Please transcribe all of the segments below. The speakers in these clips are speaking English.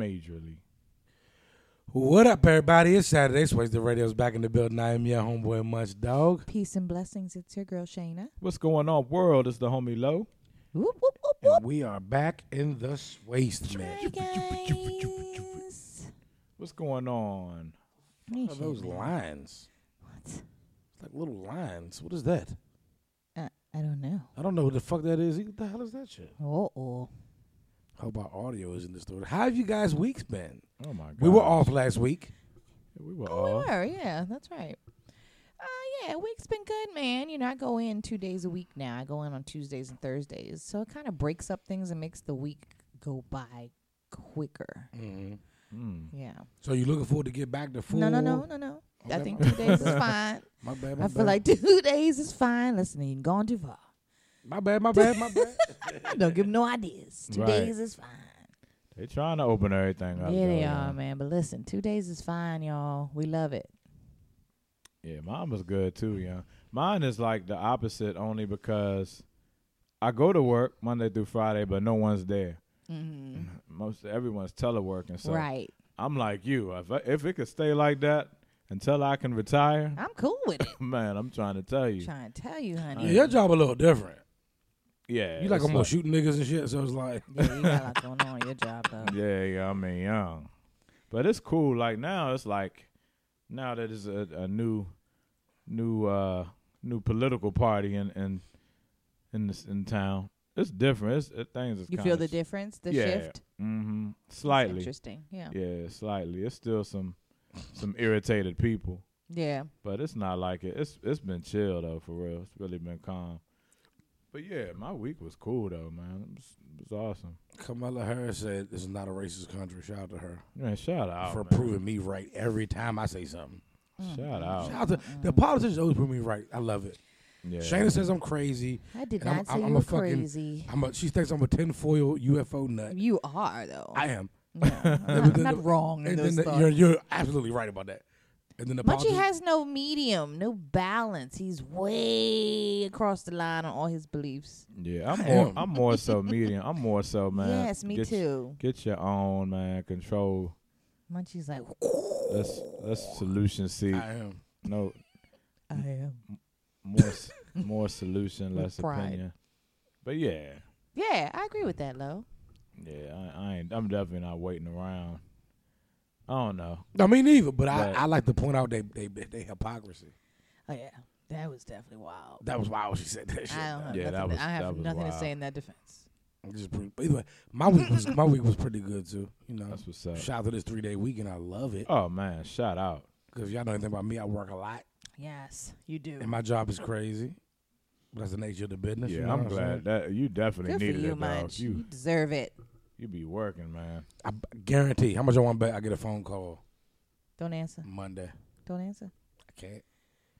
Majorly. What up, everybody? It's Saturday. Switch the radio's back in the building. I am your homeboy, Much Dog. Peace and blessings. It's your girl Shayna. What's going on, world? It's the homie Low. Whoop, whoop, whoop, And we are back in the Hey, basement. guys. What's going on? Hey, What are those Shayna. lines? What? It's like little lines. What is that? Uh, I don't know. I don't know who the fuck that is. What the hell is that shit? Oh, oh. Hope our audio is in the store. How have you guys' weeks been? Oh my god. We were off last week. We were Oh, off. we were. Yeah, that's right. Uh, yeah, week's been good, man. You know, I go in two days a week now. I go in on Tuesdays and Thursdays, so it kind of breaks up things and makes the week go by quicker. Mm-hmm. Mm. Yeah. So you looking forward to get back to full? No, no, no, no, no. I Okay, think my two days is bad. fine. My bad. My I bad. feel like two days is fine. Listen, you ain't gone too far. my bad. My bad. My bad. Don't give 'em no ideas. Two Right. days is fine. They trying to open everything up. yeah, they though. are, man. But listen, two days is fine, y'all. We love it. Yeah, mine was good too, yeah. Mine is like the opposite only because I go to work Monday through Friday, but no one's there. Mm-hmm. Most everyone's teleworking, so right. I'm like you. If I, if it could stay like that until I can retire, I'm cool with it. man, I'm trying to tell you. trying to tell you, honey. yeah, your job a little different. Yeah, You like it's almost shooting niggas and shit. So it's like Yeah, you got a lot going on in your job, though. Yeah, yeah, I mean, yeah. But it's cool. Like now, it's like now that it's a, a new, new, uh new political party in in in this in town. It's different. It's it, things is You kinda feel the sh- difference, the yeah, shift? It's Mm-hmm. Slightly. Interesting. Yeah. yeah. Yeah, slightly. It's still some some irritated people, but it's not like it. It's it's been chill though, for real. It's really been calm. But yeah, my week was cool though, man. It was, it was awesome. Kamala Harris said, "This is not a racist country." Shout out to her Man, shout out for Oh, man. proving me right every time I say something. Shout Shout Mm. out. out to the politicians always prove me right. I love it. Oh. Yeah. Shana says I'm crazy. I did And I'm- not say I'm- you I'm a were fucking- crazy. I'm a, she thinks I'm a tinfoil UFO nut. You are, though. I am. no, I'm not, I'm not wrong in And then those the- thoughts. you're you're absolutely right about that. And then the Munchie politicians- has no medium, no balance. He's way across the line on all his beliefs. Yeah, I'm I more am. I'm more so medium. I'm more so man. yes, me get y- too. get your own man control. Munchie's like, Let's let's solution seek. I am. No I am. more s- more solution, With less pride. opinion. But yeah, Yeah, I agree with that, Lo. yeah, I, I ain't. I'm definitely not waiting around. I don't know. No, me neither. But I, Right. I like to point out they they they hypocrisy. Oh yeah, that was definitely wild. That was wild. She said that shit. I don't have Yeah, that nothing. was- I have that was nothing to wild. say in that defense. I'm just pretty, but anyway, my week was my week was pretty good too. You know, That's what's up. shout out to this three day weekend. I love it Oh man, shout out. because y'all know anything about me. I work a lot, Yes, you do. and my job is crazy. But that's the nature of the business. you Yeah, know I'm what glad saying? that you definitely Good for needed you, it, dog. Munch. You. You deserve it. you be working, man. I b- guarantee. How much I want to bet? I get a phone call Don't answer. Monday. Don't answer. I can't.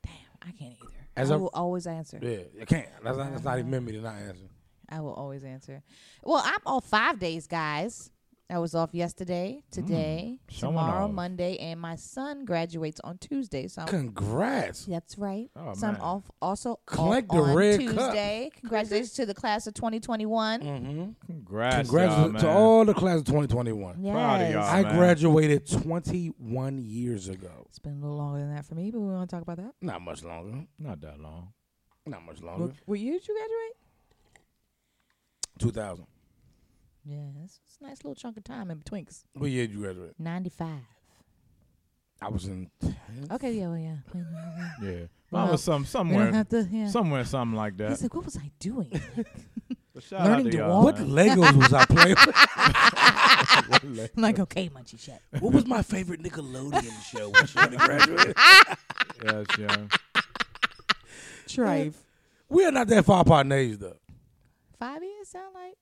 Damn, I can't either. As I of- will always answer. Yeah, I can't. That's not, that's not even meant me to not answer. I will always answer. Well, I'm off five days, guys. I was off yesterday, today, Mm. showing tomorrow, off. Monday, and my son graduates on Tuesday. So I'm, Congrats. that's right. Oh, so man. I'm off also off Collect the on red cup. Tuesday. Congratulations to the class of 2021. Mm-hmm. Congrats, Congrats y'all, to man. all the class of 2021. Yes. Proud of y'all. I man. graduated 21 years ago. It's been a little longer than that for me, but we want to talk about that. Not much longer. Not that long. Not much Oh, longer. Were you did you graduate? 2000. Yeah, it's, it's a nice little chunk of time in betweenks. What year did you graduate? Ninety five. I was in. 10th. Okay, yeah, well, yeah. Well, yeah, yeah. Yeah, mine Well, was some We don't somewhere have to. Yeah. somewhere something like that. He's like, what was I doing? But shout Learning out to, to y'all, What walk. man. Legos was I playing with? I'm like, okay, Munchie Shep. What was my favorite Nickelodeon show when Shorty graduated? yes, yeah. Trive. We are not that far apart in age, though. Five years sound like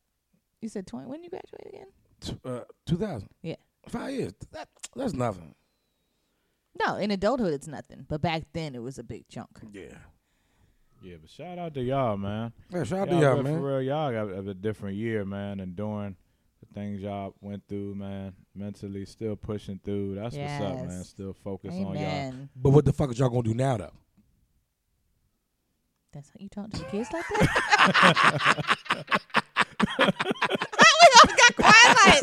you said twenty when you graduate again? T- uh, 2000. Yeah. Five years. That, that's nothing. No, in adulthood it's nothing. But back then it was a big chunk. Yeah. Yeah, but shout out to y'all, man. Yeah, shout out Y'all to y'all, good man. For real, y'all got a- a different year, man, enduring the things y'all went through, man. Mentally, still pushing through. That's what's up, man. Yes. Still focus on y'all. Amen. But what the fuck is y'all gonna do now, though? That's how you talk to the kids like that? God.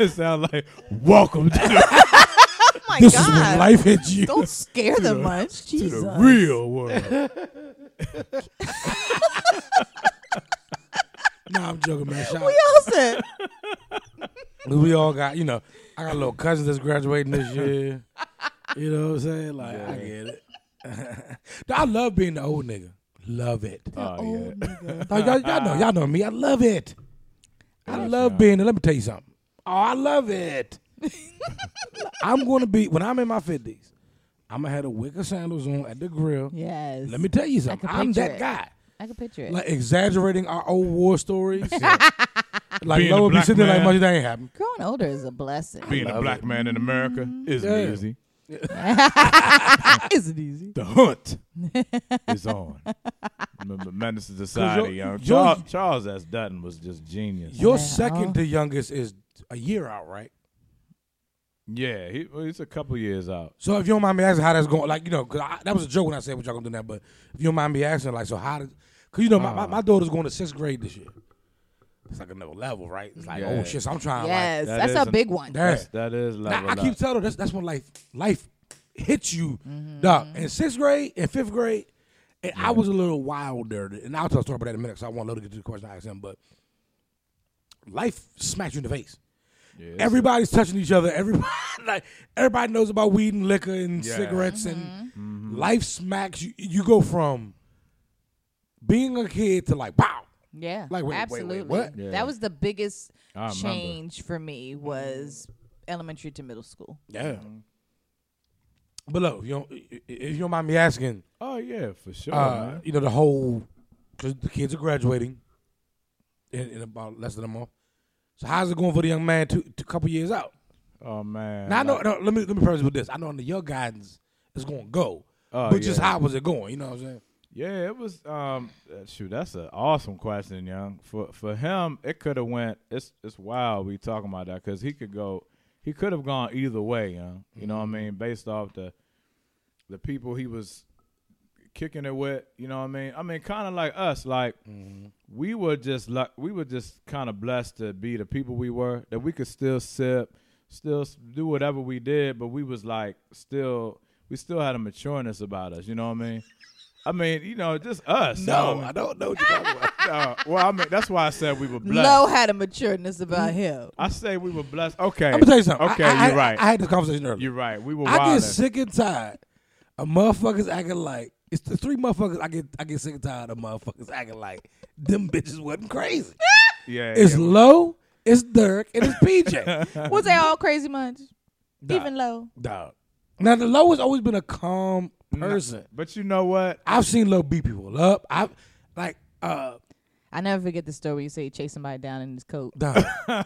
it sounds like welcome to the, Oh my this is when God. life hits you. Don't scare them much. to Jesus. the real world. nah, I'm joking, man. Shout We all said. We all got, you know, I got a little cousin that's graduating this year. You know what I'm saying? Like, I get it. I love being the old nigga. Love it. Oh yeah. Like, y'all, y'all know, y'all know me. I love it. I love being. Let me tell you something. Oh, I love it. I'm going to be when I'm in my fifties. I'm gonna have the wicker sandals on at the grill. Yes. Let me tell you something. can I'm picture that it. guy. I can picture it. Like exaggerating our old war stories. like Being Lola a would be black sitting there like, man. "Much that ain't happened." Growing older is a blessing. Being a love black man in America Mm-hmm. isn't Yeah. easy. Isn't Ah, easy. The hunt is on. Remember, Menace to Society, your- young. your- Charles, Charles S. Dutton was just genius. Your Yeah. second to youngest is a year out, right? yeah, he, well, he's a couple years out. So if you don't mind me asking how that's going, like you know, 'cause I, that was a joke when I said what y'all gonna do now. But if you don't mind me asking, like, so how did? Cause you know, my, my, my daughter's going to sixth grade this year. It's like another level, right? It's like, Yeah. oh shit, so I'm trying. Like, Yes, that that's is a an- big one. That- Yeah. That's, that is Now, level I keep up. telling her that's that's when life life hits you, dog. In sixth grade and fifth grade, and I was a little wilder, and I'll tell a story about that in a minute. So I want to get to the question I asked him, but life smacks you in the face. Yeah, it's- Everybody's touching each other. Everybody, like, everybody knows about weed and liquor and Yeah. Mm-hmm. cigarettes, and life smacks you. You go from being a kid to like, wow, Yeah, Like, wait, wait, wait, absolutely. what? Yeah. That was the biggest I remember. change for me was elementary to middle school. yeah. Mm-hmm. But look, you don't, if you don't mind me asking, Oh yeah, for sure. uh, man. you know the whole because the kids are graduating in, in about less than a month. So how's it going for the young man? Two, two couple years out. Oh man. Now I know. like- No, let me let me preface with this. I know under your guidance it's going to go, Oh, but just yeah. how was it going? You know what I'm saying? Yeah, it was. Um, uh, shoot, that's an awesome question, young. For for him, it could have went. It's it's wild. We talking about that because he could go. He could have gone either way, young. You know what I Mm-hmm. mean? Based off the the people he was kicking it with. You know what I mean? I mean, kind of like us. Like we were just luck. We were just kind of blessed to be the people we were. That we could still sip, still s- do whatever we did, but we was like still. We still had a matureness about us. You know what I mean? I mean, you know, just us. No, I don't know. What you're talking about. Uh, well, I mean, that's why I said we were blessed. Low had a matureness about him. Mm-hmm. I say we were blessed. Okay. I'm gonna tell you something. Okay, I- I- you're I- right. I, had this conversation earlier. you're right. We were I wild. get sick and tired of motherfuckers acting like it's the three motherfuckers. I get I get sick and tired of motherfuckers acting like them bitches wasn't crazy. Yeah. It's yeah. low. It's Dirk and it's PJ. Was they all crazy much? Nah. Even low. Dog. Now the low has always been a calm person. But you know what? I've seen low beat people up. I like uh I never forget the story you say he chased somebody down in his coat. dog. and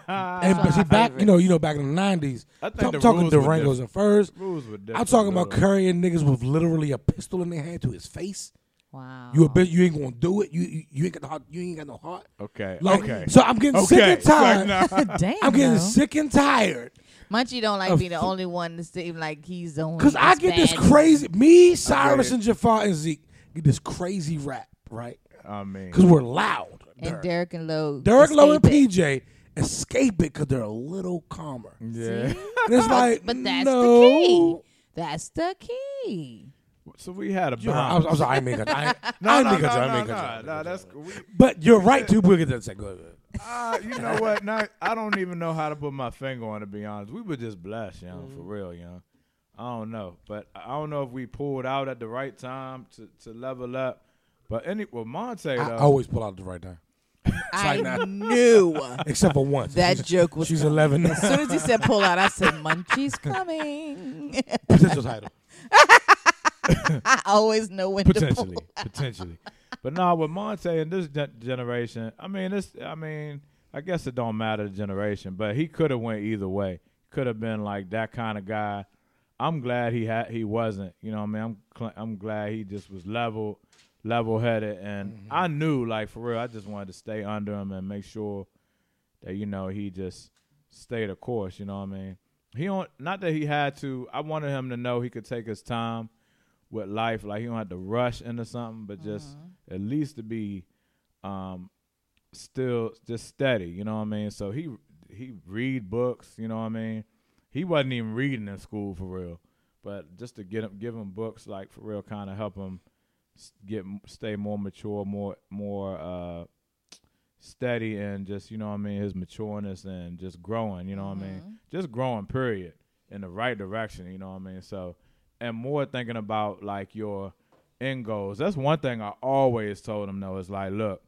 but see back you know you know back in the nineties. I I'm think the talking rules were Durangos and furs. Rules were different. I'm talking about though. carrying niggas with literally a pistol in their hand to his face. Wow. You a bitch. You ain't gonna do it. You you, you ain't got the heart. You ain't got no heart. Okay. Like, okay. So I'm getting sick okay. and tired. Like, nah. Damn. I'm getting though. sick and tired Munchie don't like of being the fu- only one to seem like he's the only. because I that's get this bad. crazy. Me, Cyrus, it. and Jafar and Zeke get this crazy rap right I mean, because we're loud. And Dirk. Derek and Low. Derek Lowe and escape it. PJ escape it because they're a little calmer. And yeah. it's like, But that's no. the key. That's the key. So we had a You're right. I'm, balance. I'm sorry, I ain't mean to cut you. I ain't- No, I ain't no, mean to no, cut you. I ain't no, mean to cut you. I no, ain't no, mean to cut That's you. we, But you're right too. We'll get to that second. Go ahead, go ahead. uh, you know what? Now I don't even know how to put my finger on it. To be honest, we were just blessed, you know, Mm-hmm. for real, you know. I don't know, but I don't know if we pulled out at the right time to, to level up. But any well, Monte I though, always pull out at the right time, I like not- knew except for once. that joke was. She's 11 now. As soon as he said pull out, I said Munchie's coming. Potential title. I always know when to potentially, potentially. But now with Monte and this gen- generation, I mean, this, I mean, I guess it don't matter the generation, but he could have went either way. Could have been like that kind of guy. I'm glad he had he wasn't. You know, what I mean, I'm cl- I'm glad he just was level, level headed, and I knew like for real, I just wanted to stay under him and make sure that you know he just stayed the course. You know what I mean? He don't not that he had to. I wanted him to know he could take his time with life. Like he don't have to rush into something, but just at least to be um still just steady. You know what I mean? So he he read books. You know what I mean? He wasn't even reading in school for real, but just to get him give him books like for real, kind of help him s- get m- stay more mature, more more uh, steady, and just you know what I mean his matureness and just growing. You know what I mean? Just growing. Period. In the right direction. You know what I mean? So and more thinking about like your end goals. That's one thing I always told him though. It's like look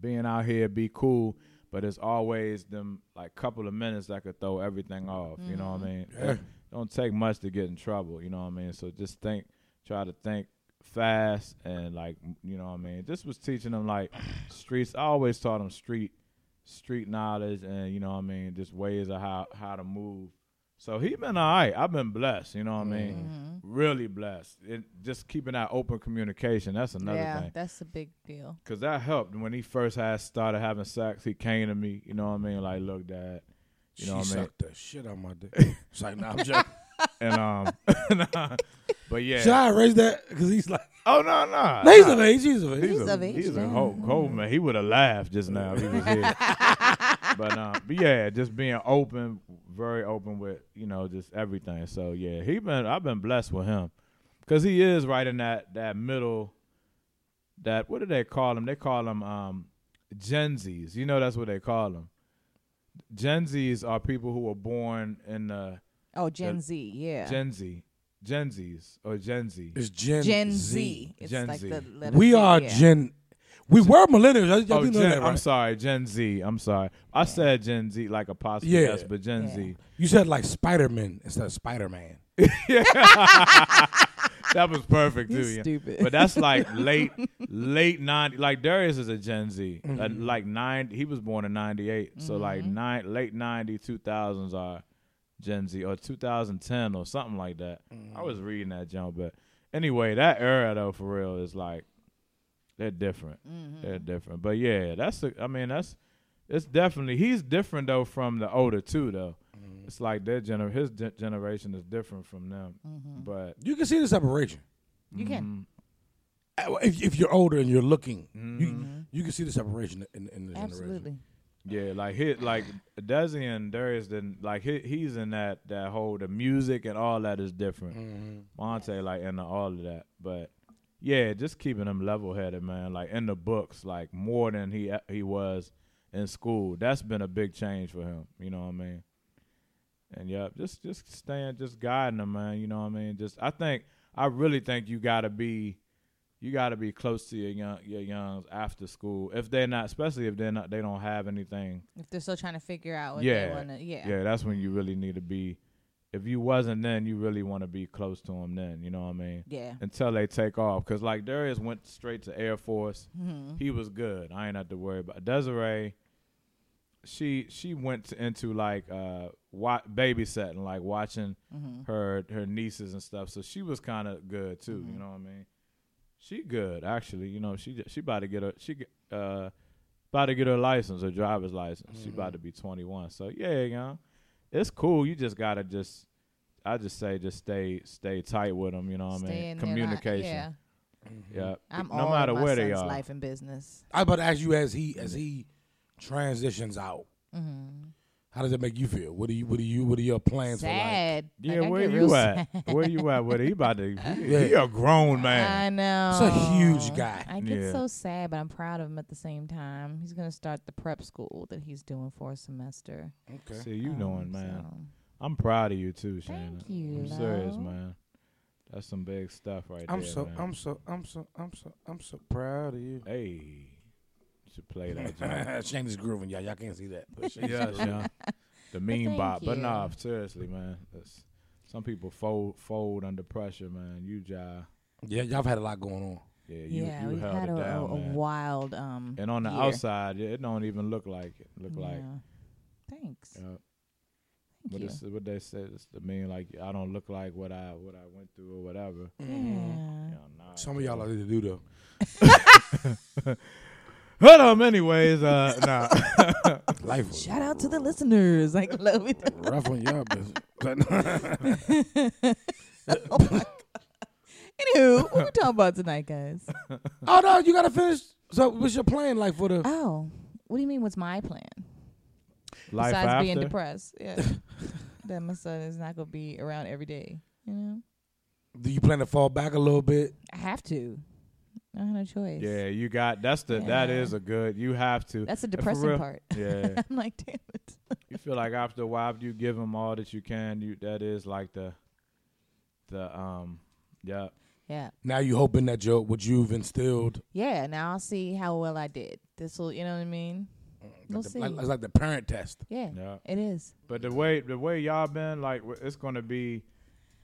being out here be cool but it's always them like couple of minutes that could throw everything off you know what i mean Yeah. don't take much to get in trouble you know what i mean so just think try to think fast and like you know what i mean this was teaching them like streets i always taught them street street knowledge and you know what i mean just ways of how how to move so he been all right i've been blessed you know what i mean really blessed it, just keeping that open communication that's another yeah, thing that's a big deal. Cause that helped when he first had started having sex. He came to me, you know what I mean? Like, look, dad, you know what she I mean? sucked the shit out my dick. It's like, nah, I'm joking. And um, but yeah. Should I erase that? Because he's like, oh no, no, no, he's of age. He's of age. He's of age He's a now. whole cold man. He would have laughed just now if he was here. but um, but yeah, just being open, very open with you know just everything. So yeah, he been I've been blessed with him because he is right in that that middle. That what do they call him? They call him um, Gen Zs. You know that's what they call them. Gen Zs are people who were born in the Oh, Gen Gen- Z, yeah. Uh, Gen Z, Gen Zs or Gen Z. It's Gen, Gen Z. It's Gen like Z. the letter We Z, are yeah. Gen. We were millennials. I, I Oh, do know Gen- that, I'm right? sorry, Gen Z. I'm sorry. I said Gen Z like apostrophe Yeah. yes, but Gen Z. You said like Spider Man instead of Spider Man. That was perfect too. You Yeah. stupid. But that's like late, late ninety. Like Darius is a Gen Z. Uh, like nine. He was born in ninety so like nine, late 90, 2000s are Gen Z or two thousand ten or something like that. I was reading that jump, but anyway, that era though for real is like they're different. They're different. But yeah, that's. The, I mean, that's. It's definitely he's different though from the older two though. It's like their gener his gen- generation is different from them, but You can see the separation. You can. mm, Uh, If, if you're older and you're looking, you you can see the separation in, in the generation. Mm-hmm. Absolutely. Yeah, like he, like Desi and Darius didn't like he, he's in that that whole the music and all that is different. Monte like into all of that, but yeah, just keeping him level headed, man. Like in the books, like more than he he was in school. That's been a big change for him. You know what I mean? And yeah, just just staying, just guiding him, man. You know what I mean? Just I think I really think you gotta be you got to be close to your young your youngs after school if they're not especially if they're not they don't have anything If they're still trying to figure out what they yeah want to, yeah. yeah that's when you really need to be if you wasn't then you really want to be close to them then you know what i mean Yeah. until they take off because like darius went straight to air force he was good i ain't have to worry about desiree she she went to, into like uh wa- babysitting like watching her her nieces and stuff so she was kind of good too you know what i mean she good actually. You know, she ju- she about to get her she get, uh about to get her license, her driver's license. She about to Mm-hmm. be twenty one. So yeah, you know, it's cool. You just gotta just I just say just stay stay tight with them. You know what I Stay in mean? there, not- Communication. yeah. yeah. I'm no all in matter my where son's they are. life and business. I was about to ask you as he as he transitions out, Mm-hmm. how does that make you feel? What do you what do you what are your plans Sad. Yeah, Like, I where get real you at? sad. Where you at? Where he about to? He, he a grown man. I know. It's a huge guy. I get Yeah. so sad, but I'm proud of him at the same time. He's gonna start the prep school that he's doing for a semester. Um, for like? Okay. See you doing, man. Oh, So, I'm proud of you too, Shannon. Thank you, I'm serious, love. man. That's some big stuff right I'm there. so man. I'm so I'm so I'm so I'm so proud of you. Hey, should play that. John. Shane is grooving, y'all. Y'all can't see that. but Shane is yeah, grooving. yeah. The mean thank bop. But you. nah, seriously, man. That's, some people fold fold under pressure, man. You jive. yeah, y'all have had a lot going on. Yeah, you, yeah, you we've held had it a, down, a, a man. wild um. and on the year. outside, yeah, it don't even look like it. Look like Yeah. Thanks. uh, Thank what, you. it's, what they said. It's the mean like I don't look like what I what I went through or whatever. Yeah. Yeah, nah. Some of y'all are to do though. But um, anyways, uh, nah. Life was Shout out to the listeners. Like love it. rough on y'all, but Oh Anywho, what we talking about tonight, guys? oh no, you gotta finish. So, what's your plan like for the? Oh, what do you mean? What's my plan? Life Besides after. being depressed. Yeah. that my son is not gonna be around every day. You know? Do you plan to fall back a little bit? I have to. I have no choice. Yeah, you got that's the that Yeah. is a good. You have to. That's the For depressing real. part. Yeah, I'm like, damn it. you feel like after a while, if you give them all that you can, you that is like the the um yeah. Yeah. Now you hoping that your what you've instilled, Yeah, now I'll see how well I did. This will you know what I mean? We'll like see. the, like, it's like the parent test. Yeah. Yeah. It is. But the way the way y'all been like, w- it's gonna be,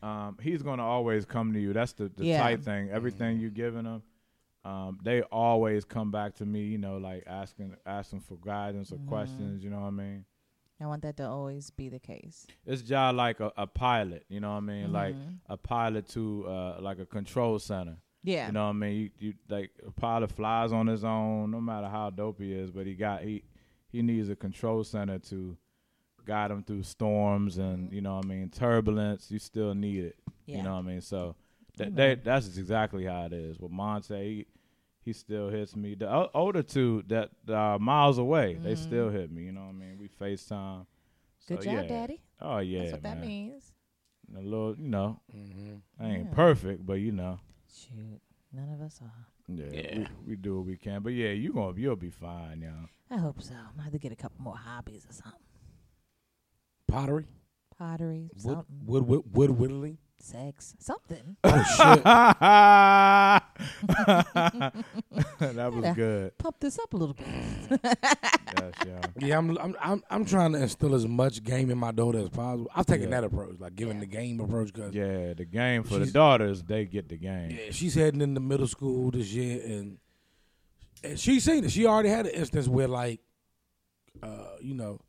um, he's gonna always come to you. That's the the Yeah. tight thing. Everything you giving him, um, they always come back to me. You know, like asking asking for guidance or questions. You know what I mean? I want that to always be the case. It's job like a, a pilot. You know what I mean? Like a pilot to uh, like a control center. Yeah. You know what I mean? You, you like a pilot flies on his own, no matter how dope he is, but he got he he needs a control center to guide him through storms and you know what I mean turbulence. You still need it. Mm-hmm. Yeah. Mm-hmm. You know what I mean? So that, that that's exactly how it is. With Monte, he, he still hits me. The o- older two that are miles away, they still hit me. You know what I mean? We FaceTime. Mm-hmm. Good So, job, yeah. Daddy. Oh yeah, That's what man. that means. A little, you know, Mm-hmm. I ain't Yeah. perfect, but you know. Shoot. None of us are. Yeah, Yeah. We, we do what we can, but yeah, you gonna you'll be fine, y'all. I hope so. I'm gonna have to get a couple more hobbies or something. Pottery, Pottery, wood, something, wood, wood, wood whittling. sex, something. that was good. Pump this up a little bit. Yes, y'all. Yeah, I'm, I'm, I'm, I'm trying to instill as much game in my daughter as possible. I'm taking Yeah. that approach, like giving Yeah. the game approach, because Yeah, the game for the She's- daughters, they get the game. Yeah, she's heading into middle school this year, and, and she's seen it. She already had an instance where, like, uh, you know,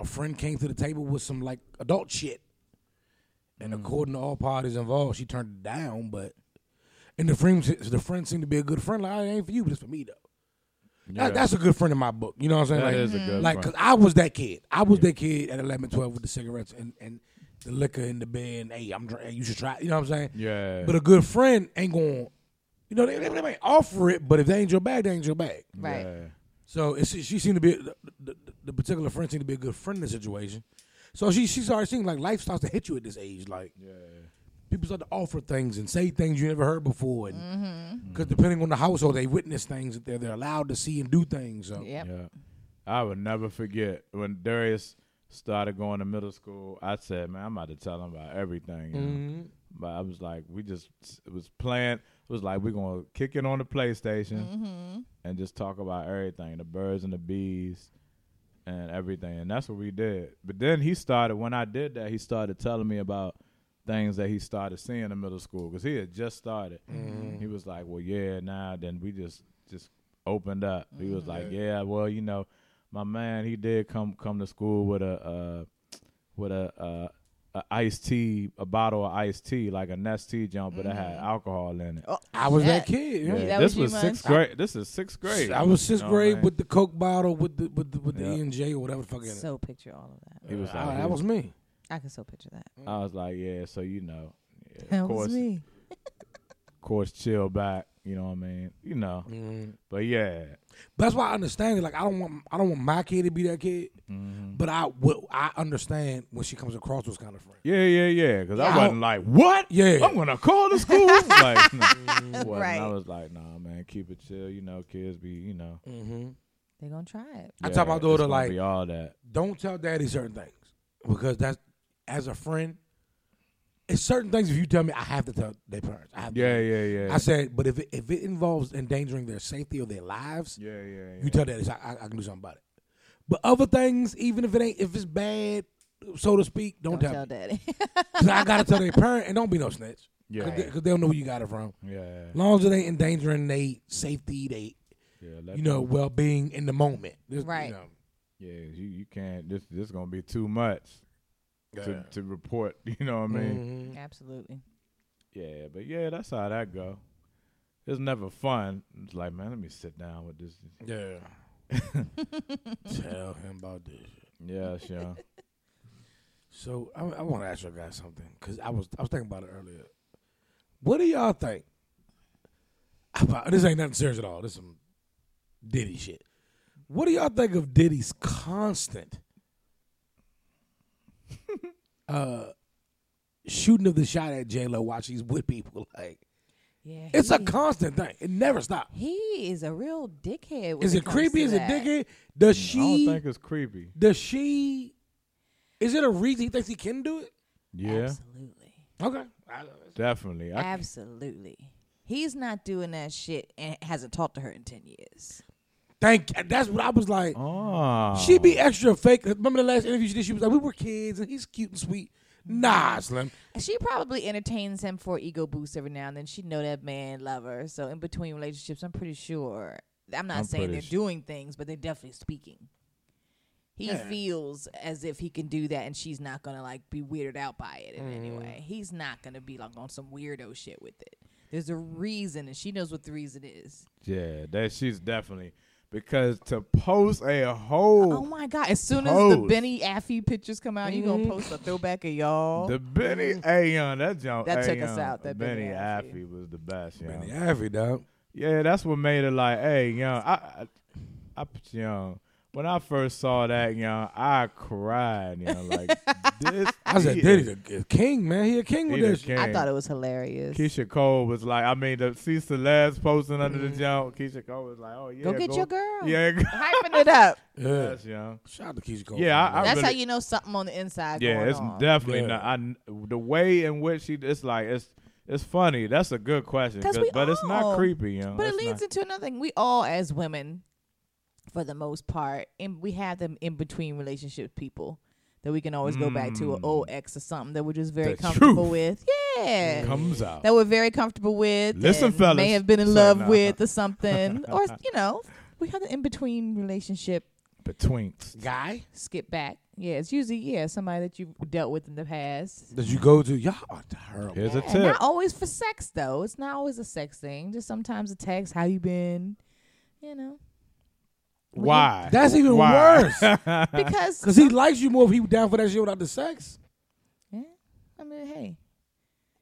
a friend came to the table with some like adult shit, Mm. and according to all parties involved, she turned it down. But and the friend, the friend seemed to be a good friend. Like, "Ah, it ain't for you, but it's for me though. Yeah. That, that's a good friend in my book. You know what I'm saying? That like, is a good like, friend. 'cause I was that kid. I was that kid at 11, 12 with the cigarettes and and the liquor in the bed. And hey, I'm dr- hey, you should try. it." You know what I'm saying? yeah. But uh, a good friend ain't going, you know, they, they, they might offer it, but if they ain't your bag, they ain't your bag. Right. Yeah. So it's, she seemed to be, the, the, the particular friend seemed to be a good friend in the situation. So she, she started seeing like life starts to hit you at this age. Like people start to offer things and say things you never heard before. Because depending on the household, they witness things that they're, they're allowed to see and do things. So Yep. Yeah. I would never forget when Darius started going to middle school. I said, "Man, I'm about to tell him about everything." you know? Mm-hmm. But I was like, we just it was playing. It was like we're gonna kick it on the PlayStation and just talk about everything, the birds and the bees and everything. And that's what we did. But then he started when I did that, he started telling me about things that he started seeing in middle school because he had just started. He was like, well, yeah, now then we just just opened up. He was like, yeah, well, you know, my man, he did come come to school with a uh, with a. Uh, a iced tea, a bottle of iced tea, like a Nest tea jump, but it had alcohol in it. I was that Yeah. kid. Mm-hmm. yeah. Yeah, that this was you, was Mon? sixth grade. This is sixth grade. I was sixth You know what I grade mean? with the Coke bottle with the with the, with the Yeah. E and J or whatever the fuck it is. So picture all of that. He was Ah, like, that was me. I can so picture that. I was like, yeah. So you know, yeah, That of course, was me. of course, chill back. You know what I mean? You know, Mm-hmm. but yeah, That's why I understand it. Like I don't want I don't want my kid to be that kid, Mm-hmm. but I will. I understand when she comes across those kind of friends. yeah, yeah, yeah. Because I Yeah. wasn't like, what? Oh Yeah. Mm-hmm. I'm gonna call the school. like, no, it wasn't. I Right. was like, nah, man, keep it chill. You know, kids be, you know. Mm-hmm. They're gonna try it. I tell my yeah, it's daughter gonna like, be all that. don't tell daddy certain things because that's as a friend. It's certain things if you tell me I have to tell their parents. I have to Yeah, tell them. yeah, yeah. I said, but if it, if it involves endangering their safety or their lives, Yeah, yeah, yeah. you tell daddy I, I, I can do something about it. But other things, even if it ain't if it's bad, so to speak, don't, Don't tell, tell me. daddy. 'Cause I gotta tell their parent and don't be no snitch. yeah, Cause, they, cause they'll know where you got it from. yeah, As long as it ain't endangering they safety, they yeah. let- you know well being in the moment. This- Right. You know, yeah, you, you can't. This this gonna be too much to to report. You know what I mean? Mhm. Absolutely. Yeah, but yeah, that's how that go. It's never fun. It's like, man, let me sit down with this. Yeah. tell him about this. Yeah, sure. So I, I want to ask you guys something because I was I was thinking about it earlier. What do y'all think? about- this ain't nothing serious at all. This is some Diddy shit. What do y'all think of Diddy's constant uh, shooting of the shot at J Lo while she's with people. Like Yeah. it's he, a constant thing. It never stops. He is a real dickhead. when Is it comes creepy? to Is it that. dicky? Does I don't she? think it's creepy. does she? Is it a reason he thinks he can do it? Yeah, Absolutely. Okay. I- definitely. I, Absolutely. He's not doing that shit and hasn't talked to her in 10 years. Thank. That's what I was like. oh, She be extra fake. Remember the last interview she did? She was like, "We were kids, and he's cute and sweet." Mm-hmm. Nah, Slim. She probably entertains him for ego boost every now and then. She know that man love her. So in between relationships, I'm pretty sure. I'm not I'm saying pretty they're su- doing things, but they're definitely speaking. He Yeah. feels as if he can do that, and she's not gonna like be weirded out by it in any way. He's not gonna be like on some weirdo shit with it. There's a reason, and she knows what the reason is. yeah, that she's definitely because to post a whole Oh my god! As soon as the Pose. Benny Affy pictures come out, you gonna post a throwback of y'all. The Benny hey young, that jump Oh. That hey, took us young, out, that Benny Benny Affy. Affy was the best, young. Benny Ivy, dog. Yeah, that's what made it like, hey young, I, I, I young. When I first saw that young, I cried, you know, like this. I said, he "Diddy's is- a, a king, man. He a king he with the this." king. shit. I thought it was hilarious. Keisha Cole was like, I mean, the see Celeste posting under the jump. Keisha Cole was like, oh yeah, Mm-hmm. Go get your girl. Yeah, Hyping it up. Yeah. that's young. Shout out to Keisha Cole. Yeah, I- I That's really- how you know something on the inside. Yeah, going it's on. definitely Yeah. not. I kn- the way in which she, it's like it's it's funny. That's a good question, 'Cause we but it's all- not creepy, you know. But it It's leads not, into another thing. We all, as women, for the most part, and we have them in between relationship people that we can always go back to an old ex or something that we're just very Mm. The comfortable truth. with. Yeah. comes out. that we're very comfortable with. Listen, and fellas. May have been in Say love nah. with or something. or, you know, we have the in between relationship Betwinks. guy skip back. Yeah, it's usually, yeah, somebody that you've dealt with in the past. that you go to, y'all are terrible. Here's a Yeah, tip. Not always for sex though. It's not always a sex thing. Just sometimes a text, how you been? You know. Why? That's even Why? worse. Because Cause he likes you more if he was down for that shit without the sex. yeah, I mean, hey.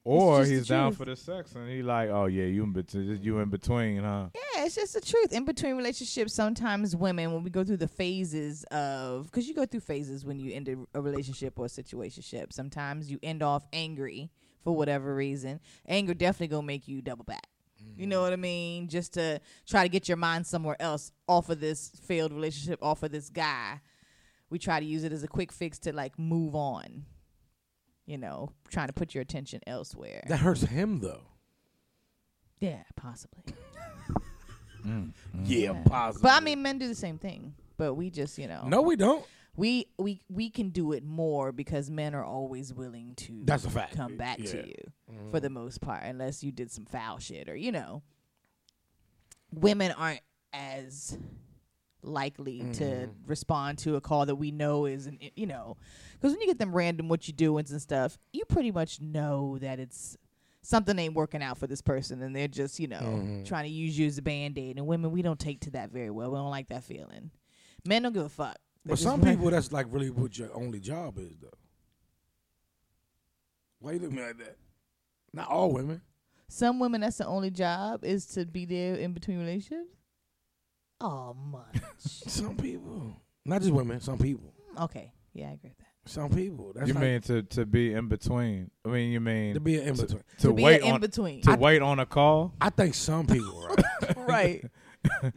Or It's just he's the down truth. for the sex, and he like, oh yeah, you in between, you in between, huh? Yeah, it's just the truth. In between relationships, sometimes women, when we go through the phases of, because you go through phases when you end a- a relationship or a situationship. Sometimes you end off angry for whatever reason. Anger definitely gonna make you double back. You know what I mean? Just to try to get your mind somewhere else off of this failed relationship, off of this guy. We try to use it as a quick fix to like move on. You know, trying to put your attention elsewhere. That hurts him though. yeah, possibly. Yeah, positive. But I mean, men do the same thing. But we just, you know, no, we don't. we we we can do it more because men are always willing to That's a fact. come back Yeah. to you for the most part, unless you did some foul shit or you know. Women aren't as likely to respond to a call that we know is an you know because when you get them random what you doings and stuff you pretty much know that it's something ain't working out for this person and they're just you know trying to use you as a band-aid and women we don't take to that very well we don't like that feeling men don't give a fuck But They just some want- people, that's like really what your only job is though. Why you look at me like that? Not all women. some women that's the only job is to be there in between relationships oh much Some people, not just women. Some people. okay yeah i agree with that Some people. That's you like mean to to be in between? I mean, you mean to be an in between. to, to be wait in on between to wait on a call? I think some people, right? right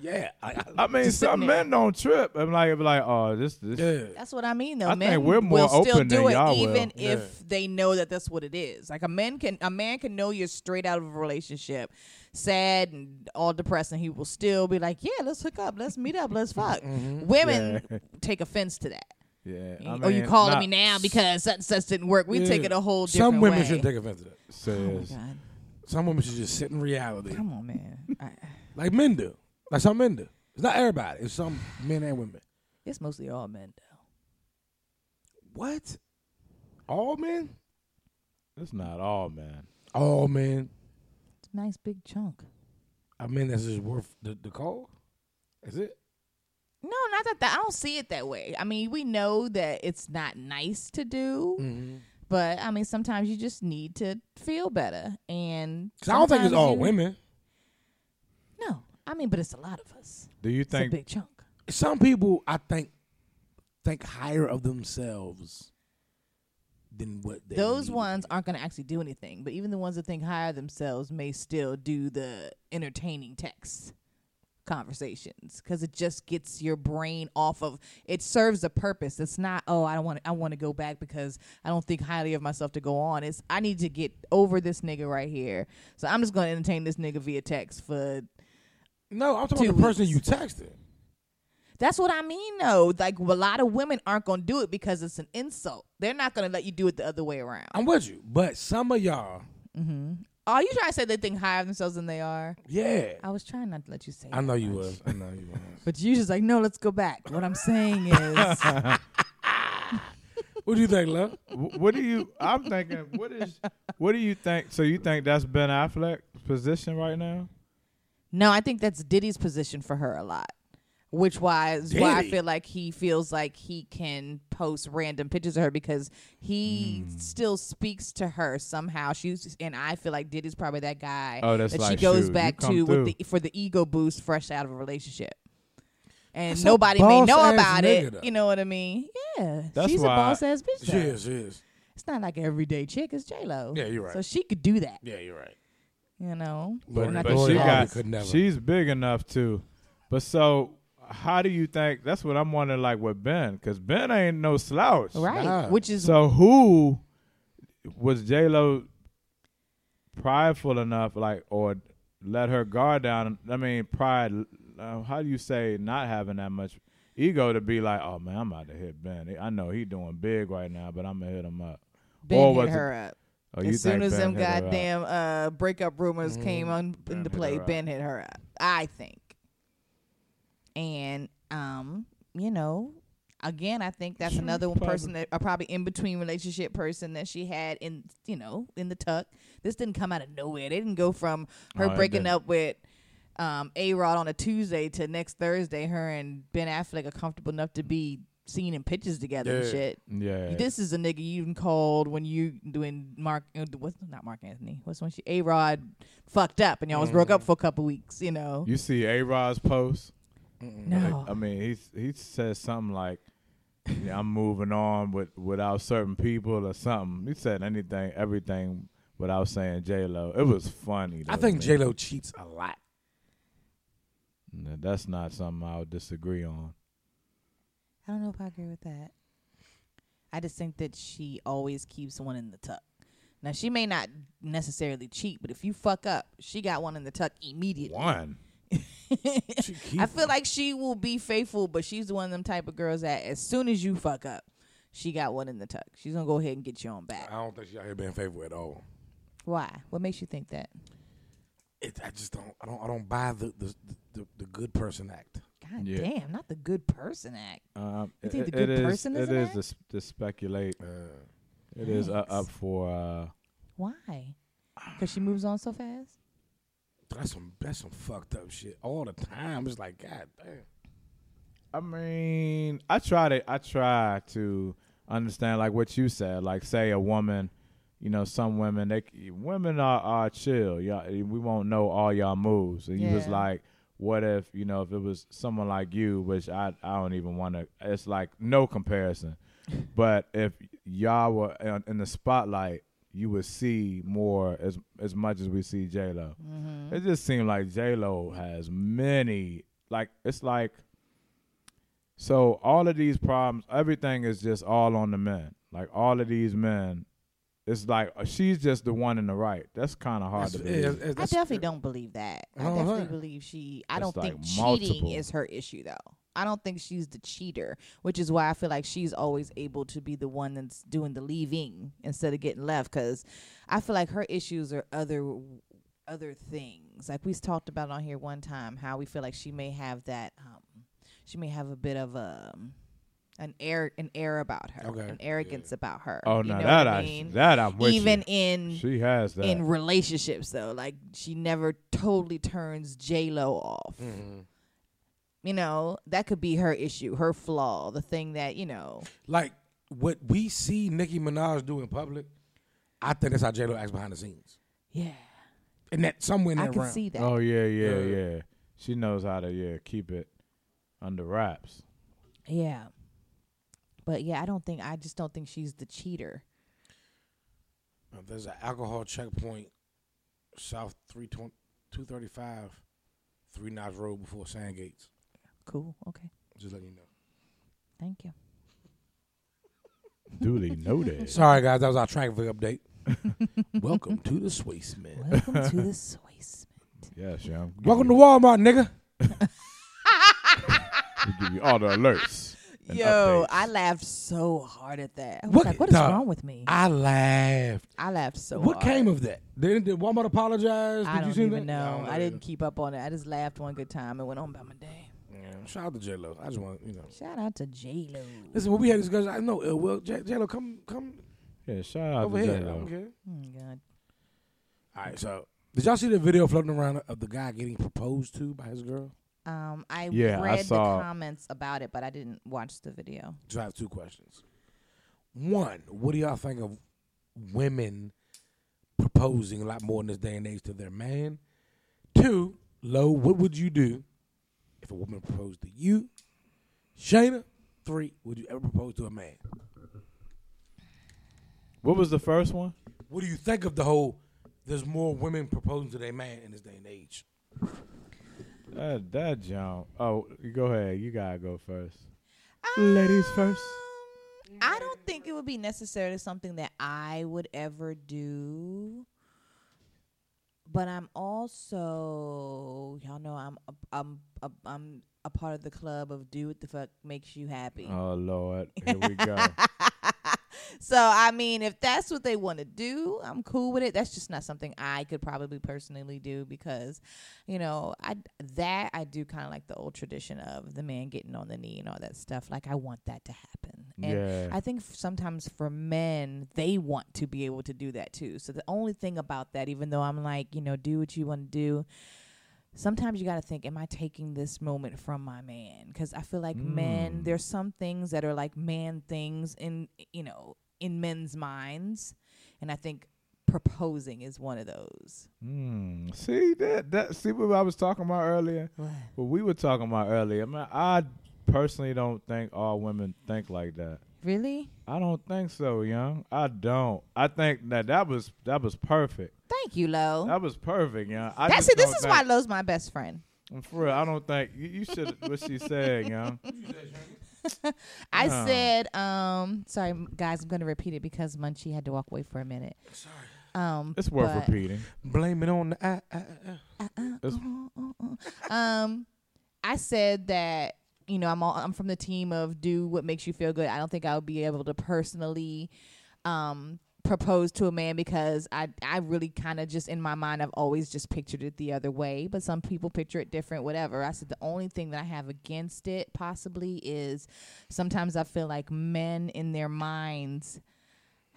yeah. I, I, I mean, Just some sitting there. men don't trip. I'm like, I'm like, oh, this this. yeah. That's what I mean, though. I think men we're more will still open do than it, y'all will. even if Yeah. they know that that's what it is. Like a man can, a man can know you're straight out of a relationship, sad and all depressed, and he will still be like, "Yeah, let's hook up, let's meet up, let's fuck." Women take offense to that. Yeah, Mm-hmm. I Or mean, oh, you calling not- me now because such and such didn't work? We Yeah. take it a whole different Some women way. shouldn't take offense to that. Says, Oh my God. Some women should just sit in reality, Come on, man. I, like men do. Like some men do. It's not everybody. It's some men and women. it's mostly all men, though. What? All men? it's not all man. All men. It's a nice big chunk. I mean, that's just worth the, the call. Is it? No, not that, that. I don't see it that way. I mean, we know that it's not nice to do. Mm-hmm. But I mean, sometimes you just need to feel better, and Cause I don't think it's sometimes all you- women. No, I mean, but it's a lot of us. Do you It's a think big chunk. Some people, I think, think higher of themselves than what they Those need. ones aren't going to actually do anything, but even the ones that think higher themselves may still do the entertaining text conversations because it just gets your brain off of it serves a purpose it's not oh i don't want i want to go back because i don't think highly of myself to go on it's i need to get over this nigga right here so i'm just going to entertain this nigga via text for No, I'm talking about Two the person you weeks. texted. That's what I mean, though. Like a lot of women aren't gonna do it because it's an insult. They're not gonna let you do it the other way around. I'm with you, but some of y'all, Are you trying to say they think higher of themselves than they are? yeah, I was trying not to let you say. I that know you much. was. I know you was. But you just like, no, let's go back. What I'm saying is, What do you think, love? Wh- what do you? I'm thinking. What is? What do you think? So you think that's Ben Affleck's position right now? no, I think that's Diddy's position for her a lot. Which why is why I Diddy? feel like he feels like he can post random pictures of her because he Hmm. still speaks to her somehow. She's and I feel like Diddy's probably that guy. Oh, that's that like she goes shoot, you back come to through. with the, for the ego boost fresh out of a relationship. And That's a nobody may boss know ass about nigga, it. though. You know what I mean? Yeah. That's She's why- a boss ass bitch. She though. is, she is. It's not like an everyday chick, it's J Lo. Yeah, you're right. So she could do that. Yeah, you're right. You know? But- And I But think Lori she Harvey got. could never. She's big enough to. But so, how do you think? That's what I'm wondering. Like with Ben, because Ben ain't no slouch. Right. Nah. Which is So who was J Lo prideful enough, like, or let her guard down? I mean, pride. Uh, how do you say not having that much ego to be like, oh man, I'm about to hit Ben. I know he doing big right now, but I'm gonna hit him up. Ben was hit it- her up. Oh, you as soon think as Ben them hit her up? goddamn uh, breakup rumors came on Mm-hmm. Ben into hit play, her up. Ben hit her up. I think. And um, you know, again, I think that's another one person that a probably in between relationship person that she had in you know in the tuck. This didn't come out of nowhere. They didn't go from her No, Oh, it breaking didn't. up with. Um, a Rod on a Tuesday to next Thursday, her and Ben Affleck are comfortable enough to be seen in pictures together and Yeah. shit. Yeah. This is a nigga you even called when you doing Mark. uh, What's not Mark Anthony? What's when she A Rod fucked up and y'all was broke up for a couple weeks. You know. Mm. You see A Rod's post. no. I mean, he he says something like, yeah, "I'm moving on with without certain people or something." He said anything, everything without saying J Lo. It was funny. I though, think to J me. Lo cheats a lot. No, That's not something I would disagree on. I don't know if I agree with that. I just think that she always keeps one in the tuck. Now she may not necessarily cheat, but if you fuck up, she got one in the tuck immediately. One, She keeps. I feel like she will be faithful, but she's one of them type of girls that as soon as you fuck up, she got one in the tuck. She's gonna go ahead and get you on back. I don't think she out here being favorable at all. Why? What makes you think that? It, I just don't. I don't. I don't buy the the, the, the good person act. God Yeah. damn, not the good person act. um, You think it- the good it is- person is it an is act? to, s- to speculate. Uh, It is uh, Thanks. up for. Uh, Why? Because she moves on so fast. that's some. That's some fucked up shit all the time. It's like God damn. I mean, I try to I try to understand like what you said. Like, say a woman, you know, some women they c- women are are chill. Y'all, we won't know all y'all moves. And you was Yeah. like, what if you know if it was someone like you, which I I don't even want to. It's like no comparison. but if y'all were in, in the spotlight, you would see more as as much as we see J Lo. Mm-hmm. It just seemed like J Lo has many. Like it's like so all of these problems, everything is just all on the men. Like all of these men, it's like uh, she's just the one in the right. That's kind of hard That's- to yeah, believe. that's- I definitely don't believe that. I Uh-huh. definitely believe she. I It's don't Oh, like think cheating multiple. is her issue though. I don't think she's the cheater, which is why I feel like she's always able to be the one that's doing the leaving instead of getting left. Because I feel like her issues are other other things. Like we talked about on here one time, how we feel like she may have that. Um, she may have a bit of a an air an air about her, Okay. an arrogance about her. Oh You no, know that what I, I mean? that I'm with even you. in she has that. in relationships though. Like she never totally turns J Lo off. You know, that could be her issue, her flaw, the thing that, you know Like what we see Nicki Minaj do in public. I think that's how J Lo acts behind the scenes. Yeah. And that somewhere in I that can realm. see that. oh yeah, yeah, Yeah. yeah. She knows how to yeah keep it under wraps. Yeah. But yeah, I don't think I just don't think she's the cheater. there's an alcohol checkpoint south 320 235, Three Knots Road before Sand Gates. Cool. Okay. Just letting you know. Thank you. Do they know that? Sorry, guys. That was our traffic update. Welcome to the Swace Man. Welcome to the Swiss. Yes, yeah. I'm Welcome to giving Walmart, nigga. you- give you all the alerts. and Yo, updates. I laughed so hard at that. I was What- like, what is dog, wrong with me? I, I laughed. laughed so what hard. came of that? Did, did Walmart apologize? Did I you don't see that? even know. No, I didn't keep up on it. I just laughed one good time and went on about my day. Yeah, Shout out to J Lo. I just want you know. Shout out to J Lo. Listen, when we had discussion, I know ill will. J Lo, come come Yeah, shout out over to here. I J-Lo. don't care. Oh God. All right, so did y'all see the video floating around of the guy getting proposed to by his girl? Um, I Yeah, I read saw- the comments about it, but I didn't watch the video. So I have two questions. One, what do y'all think of women proposing a lot more in this day and age to their man? Two, Lo, what would you do if a woman proposed to you? Shayna, three, would you ever propose to a man? What was the first one? What do you think of the whole there's more women proposing to their man in this day and age? That that jump. Oh, go ahead. You gotta go first. Ladies first. Um, I don't think it would be necessarily something that I would ever do. But I'm also, y'all know, I'm a, I'm a, I'm a part of the club of do what the fuck makes you happy. Oh Lord, here we go. so I mean, if that's what they want to do, I'm cool with it. That's just not something I could probably personally do because, you know, I that I do kind of like the old tradition of the man getting on the knee and all that stuff. Like I want that to happen. And Yeah. I think f- sometimes for men, they want to be able to do that too. So the only thing about that, even though I'm like, you know, do what you want to do, sometimes you got to think, am I taking this moment from my man? Because I feel like men, Mm. there's some things that are like man things in, you know, in men's minds. And I think proposing is one of those. Hmm. See that that see what I was talking about earlier. What we were talking about earlier. I mean, I personally don't think all women think like that. Really? I don't think so, young. I don't. I think that that was that was perfect. Thank you, Lo. That was perfect, young. I that's just it. This don't is think- why Lo's my best friend. I'm for real. I don't think you, you should what she said, young. I No. said, um, sorry, m- guys, I'm going to repeat it because Munchie had to walk away for a minute. Sorry. Um, It's worth but- repeating. Blame it on the I, I, I. Uh, uh, It's- uh, uh, uh. um, I said that you know I'm all, I'm from the team of do what makes you feel good. I don't think I would be able to personally um propose to a man because I I really kind of just in my mind I've always just pictured it the other way, but some people picture it different whatever. I said the only thing that I have against it possibly is sometimes I feel like men in their minds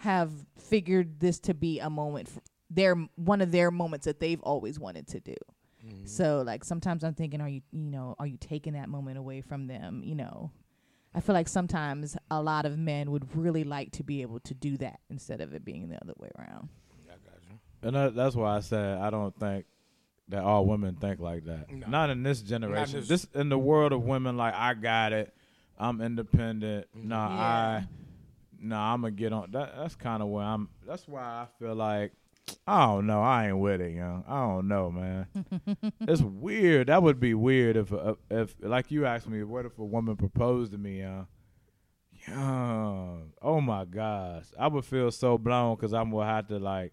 have figured this to be a moment for their one of their moments that they've always wanted to do. So like sometimes I'm thinking, are you you know are you taking that moment away from them? You know, I feel like sometimes a lot of men would really like to be able to do that instead of it being the other way around. I got you. And that, that's why I said I don't think that all women think like that. No. Not in this generation. this- This in the world of women, like I got it. I'm independent. Nah, Yeah. I, nah, I'm gonna get on. That, that's kind of where I'm. That's why I feel like I don't know. I ain't with it, young. I don't know, man. it's weird. That would be weird if uh, if like you asked me, what if a woman proposed to me, young? Young. Oh my gosh, I would feel so blown because I'm gonna have to like.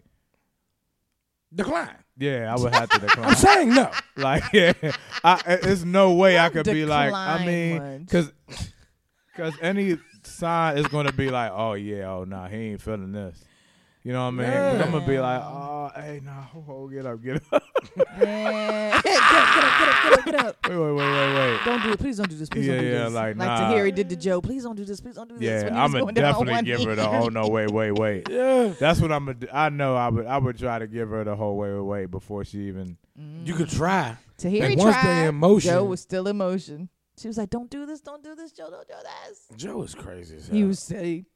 Decline. Yeah, I would have to I'm decline. saying no. like, yeah, I, I- it's no way I could be like. I Decline mean, much. because because any sign is going to be like, oh yeah, oh nah, he ain't feeling this. You know what I mean? 'Cause I'm gonna be like, oh, hey, nah, ho, ho, get up, get up. Yeah. get up, get up, get up, get up, get up. wait, wait, wait, wait, wait. Don't do it. Please don't do this. Please Yeah, don't do yeah, this. like, nah. to hear he did to Joe. Please don't do this. Please don't do this. Yeah, when he was I'm gonna going down on definitely one give her knee. the. Oh no, wait, wait, wait. Yeah. That's what I'm gonna. do. I know I would. I would try to give her the whole way away before she even. You could try. To hear And he once they tried, in motion- Joe was still in motion. She was like, "Don't do this. Don't do this, Joe. Don't do this." Joe is crazy. As hell. He was saying,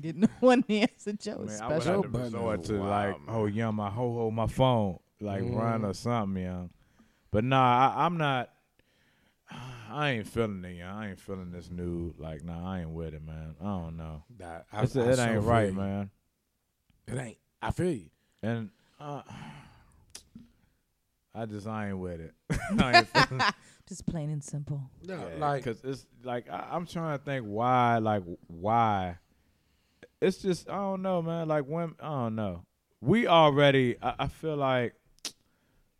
"Getting one knee." I said, "Joe Man, is I would have Joe special." to Budden resort is to wild, like, man. Mm. oh yeah, my ho ho, my phone, like run or something, yeah. But nah, I, I'm not. I ain't feeling it, yeah. I ain't feeling this new. Like, nah, I ain't with it, man. I don't know. Nah, I, It's I it so ain't feel right, you. man. It ain't. I feel you. And uh, I just I ain't with it. I ain't feeling- Just plain and simple. No, Yeah, like cause it's like I, I'm trying to think why, like why. It's just I don't know, man. Like when I don't know. We already, I, I feel like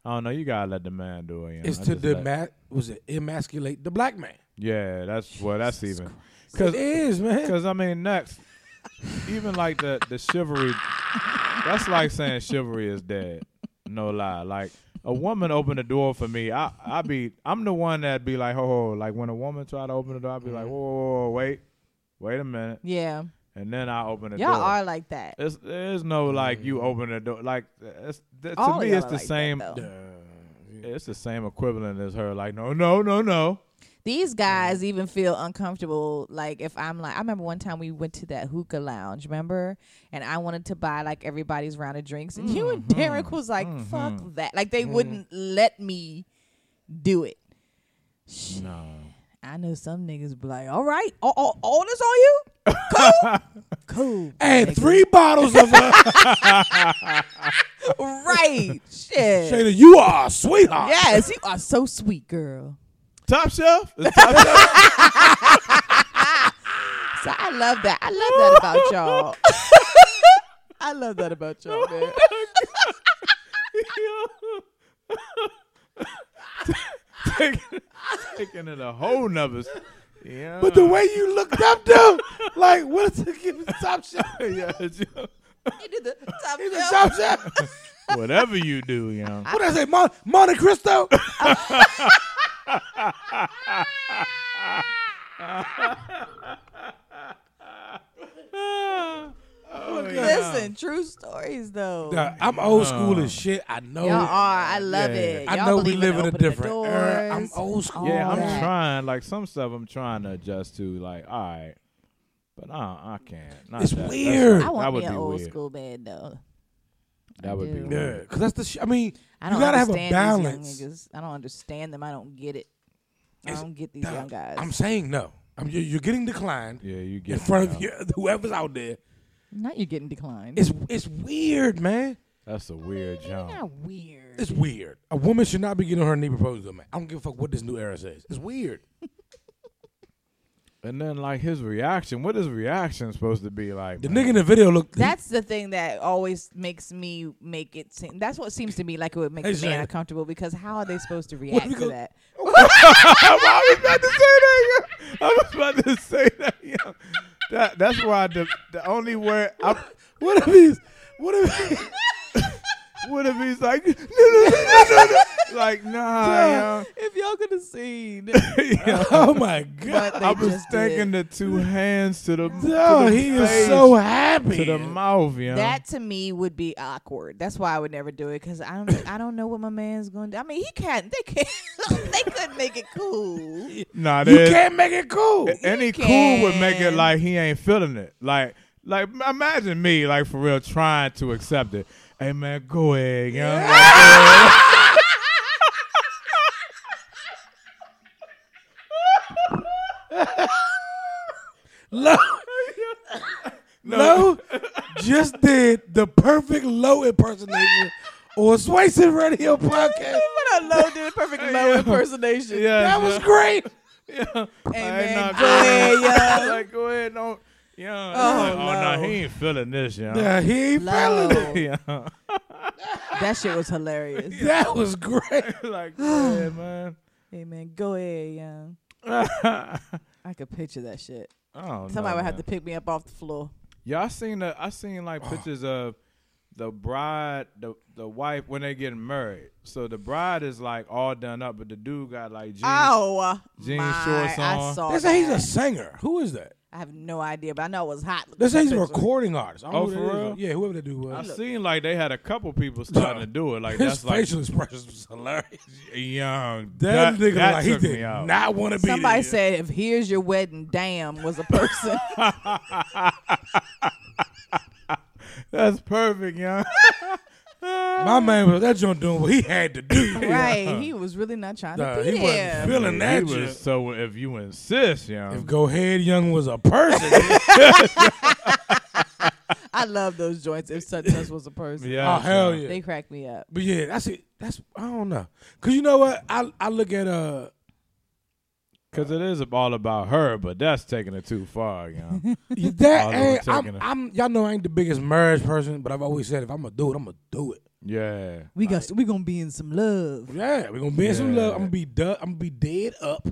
I don't know. You gotta let the man do it. you know. it's I to just let- dema- was it emasculate the black man? Yeah, that's well, that's Jesus even Cause it because is man. because I mean next, even like the the chivalry. That's like saying chivalry is dead. No lie, like a woman opened the door for me. I I be I'm the one that be like, oh, like when a woman try to open the door, I be like, whoa, whoa, whoa, wait, wait a minute, Yeah. and then I open the Y'all door. are like that. it's, there's no like you open the door like it's, that, to All me y'all it's are the like that, same though. it's the same equivalent as her like no no no no These guys even feel uncomfortable. Like if I'm like, I remember one time we went to that hookah lounge, remember? And I wanted to buy like everybody's round of drinks, and you Mm-hmm. and Derek was like, "Fuck that!" Like they wouldn't let me do it. Shit. no I know some niggas be like, "All right, all, all, all this on you, cool, cool." and three bottles of uh, right? Shit. Shayna, you are a sweetheart. Yes, you are so sweet, girl. top shelf it's top shelf. So I love that. I love that about y'all. I love that about y'all, man. taking, taking it a whole nother. s- Yeah. But the way you looked up though, like what's the give me the top shelf? yeah, Joe. You did the top Give me the shelf. top shelf. whatever you do, you know. What did I say, Mon- Monte Cristo? Oh, Listen, true stories though. Nah, I'm old school as shit. I know. Y'all are. I love Uh. Yeah. it. I Y'all know we believe live in a opening the different era. I'm doors. old school. yeah, I'm that. trying. Like some stuff, I'm trying to adjust to. Like, all right, but uh, I can't. Not It's that. That's- weird. I that want would me be an old weird. school bed though. That would be do. weird. Yeah, because that's the. Sh- I mean, I you don't gotta have a understand balance. These young niggas. I don't understand them. I don't get it. I It's- don't get these Nah, young guys. I'm saying no. I'm, you're, you're getting declined Yeah, you get in me front now. of you, whoever's out there. Not you getting declined. It's it's weird, man. That's a weird jump. not weird. It's weird. A woman should not be getting her knee proposed to, man. I don't give a fuck what this new era says. It's weird. And then like his reaction. What is reaction supposed to be like? The man? nigga in the video looked. That's the thing that always makes me make it seem. That's what seems to me like it would make Hey, a man Shayna. uncomfortable because how are they supposed to react we to go- that? I was about to say that. yeah. I was about to say that. yeah. That that's why the the only word. I, what if he's? What if? what if he's like no no no no, no. like nah? If y'all could have seen, yo. Yo, oh my god! but they I was just did. thinking the two hands to the No, to the he is face, so happy. to the mouth. You know That to me would be awkward. That's why I would never do it because I don't. I don't know what my man's going to do. I mean, he can't. They can't. they couldn't make it cool. nah, you there's- can't make it cool. any You cool would make it can. like he ain't feeling it. Like, like imagine me, like for real, trying to accept it. Hey man, go ahead, you know. Low, low just did the perfect low impersonation on Swayson Radio podcast. What a low dude, perfect low Yeah. impersonation. Yeah, That was great. Hey, Hey, man, nah, go ahead, yo. like, go ahead, don't. You know, Oh, oh, no. no. he ain't feeling this, you know. Yeah, he ain't feeling it. Low. Yeah. That shit was hilarious. That was great. like, go ahead, man. Hey man, go ahead, young. I I could picture that shit. Oh don't Somebody know, would man. have to pick me up off the floor. Yeah, I seen the I seen like pictures of the bride, the the wife when they getting married. So the bride is like all done up, but the dude got like jeans. Oh, Jean my, shorts I on. saw They that. say he's a singer. Who is that? I have no idea, but I know it was hot. They say he's a recording artist. I don't Oh, know who for that is. real? Yeah, whoever that dude I was. seen like they had a couple people starting to do it. Like His that's like facial expressions was hilarious. young. That, nigga, that like, he took did me out. not want to be Somebody there. said, "If here's your wedding, damn," was a person. that's perfect, young. My man was that joint doing what he had to do. right? He was really not trying Nah, to he be wasn't there. feeling He that was shit. so if you insist, young. If Go Ahead Young was a person, I I love those joints. If such us was a person, Yeah. oh hell yeah! they crack me up. But yeah, that's it. That's I don't know, cause you know what? I I look at uh Because it is all about her, but that's taking it too far, you know. that I was ain't, I'm, taking a- I'm y'all know I ain't the biggest marriage person, but I've always said if I'm gonna do it, I'm gonna do it. yeah. We got we gonna be in some love. Yeah, we gonna be in some Yeah. love. I'm gonna be du- I'm gonna be dead up.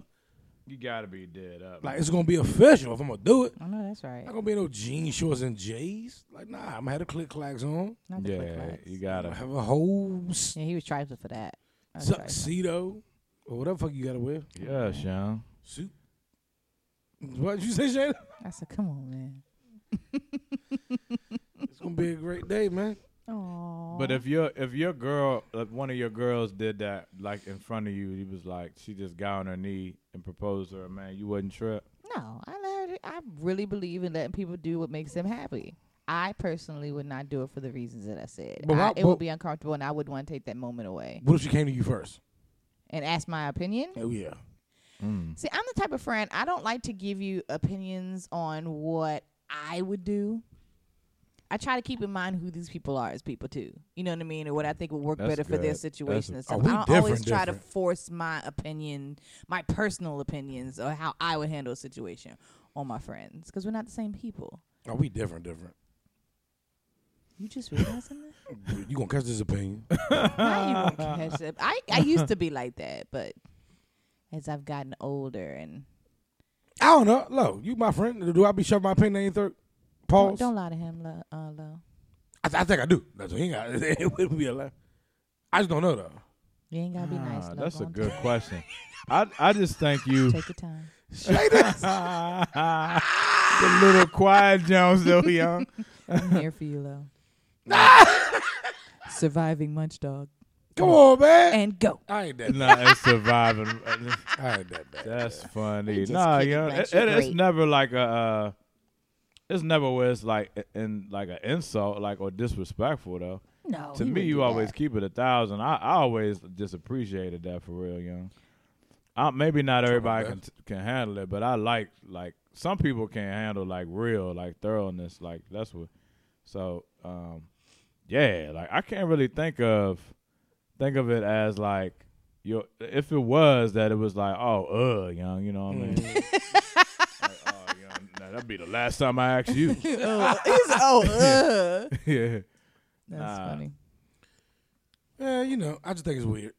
You got to be dead up. Like it's gonna be official if I'm gonna do it. I know that's right. Not gonna be no jean shorts and J's. Like nah, I'm gonna have the click clacks on. Not the click yeah, clacks. you I'm got gonna to. have a whole s- Yeah, he was trifling for that. I was trifling. tuxedo or whatever fuck you gotta wear. Yeah, Sean. Suit. What you say, Shayna? I said, "Come on, man." It's gonna be a great day, man. Aww. But if your if your girl, if one of your girls did that, like in front of you, he was like, she just got on her knee and proposed to her, man, you wouldn't trip. no, I let her, I really believe in letting people do what makes them happy. I personally would not do it for the reasons that I said. But I- why- it but- would be uncomfortable, and I would want to take that moment away What if she came to you first? and ask my opinion. Oh yeah. Mm. See, I'm the type of friend I don't like to give you opinions on what I would do. I try to keep in mind who these people are as people too. You know what I mean, or what I think would work That's better for their good. situation That's- and Oh, we stuff. I don't always different, try to different. force my opinion, my personal opinions, or how I would handle a situation on my friends because we're not the same people. Are Oh, we different? Different. You just realizing that? You gonna catch this opinion? now you won't catch it. I, I used to be like that, but as I've gotten older and I don't know. Lo, you my friend. Do I be shoving my opinion in your throat? don't, Pause. don't lie to him, lo, uh, lo. I, th- I think I do. That's he ain't got. It would be a lie. I just don't know though. You ain't gotta be nice. Ah, Lo. that's Go a on, good question. I I just think you Take your time. Shayna. the little quiet Jones though, young. I'm here for you, Lo. Surviving Munch Dog. Come on, man. And go. I ain't that. nah, it's surviving. I ain't that bad. That's funny. just Nah, kidding, young. man. It, She it- it's great. never like a. Uh, it's never where it's like i- in like an insult, like or disrespectful though. No. to Oh, he me, wouldn't you do always that. keep it a thousand. I, I always just appreciated that for real, young. I, maybe not everybody can can handle it, but I like like some people can handle like real like thoroughness. Like that's what. So um, yeah, like I can't really think of think of it as like your if it was that it was like oh uh young you know what I Mm. mean. Like, oh, young, now, that'd be the last time I asked you. oh, he's, oh, uh. yeah. That's Nah. funny. Yeah, you know, I just think it's weird.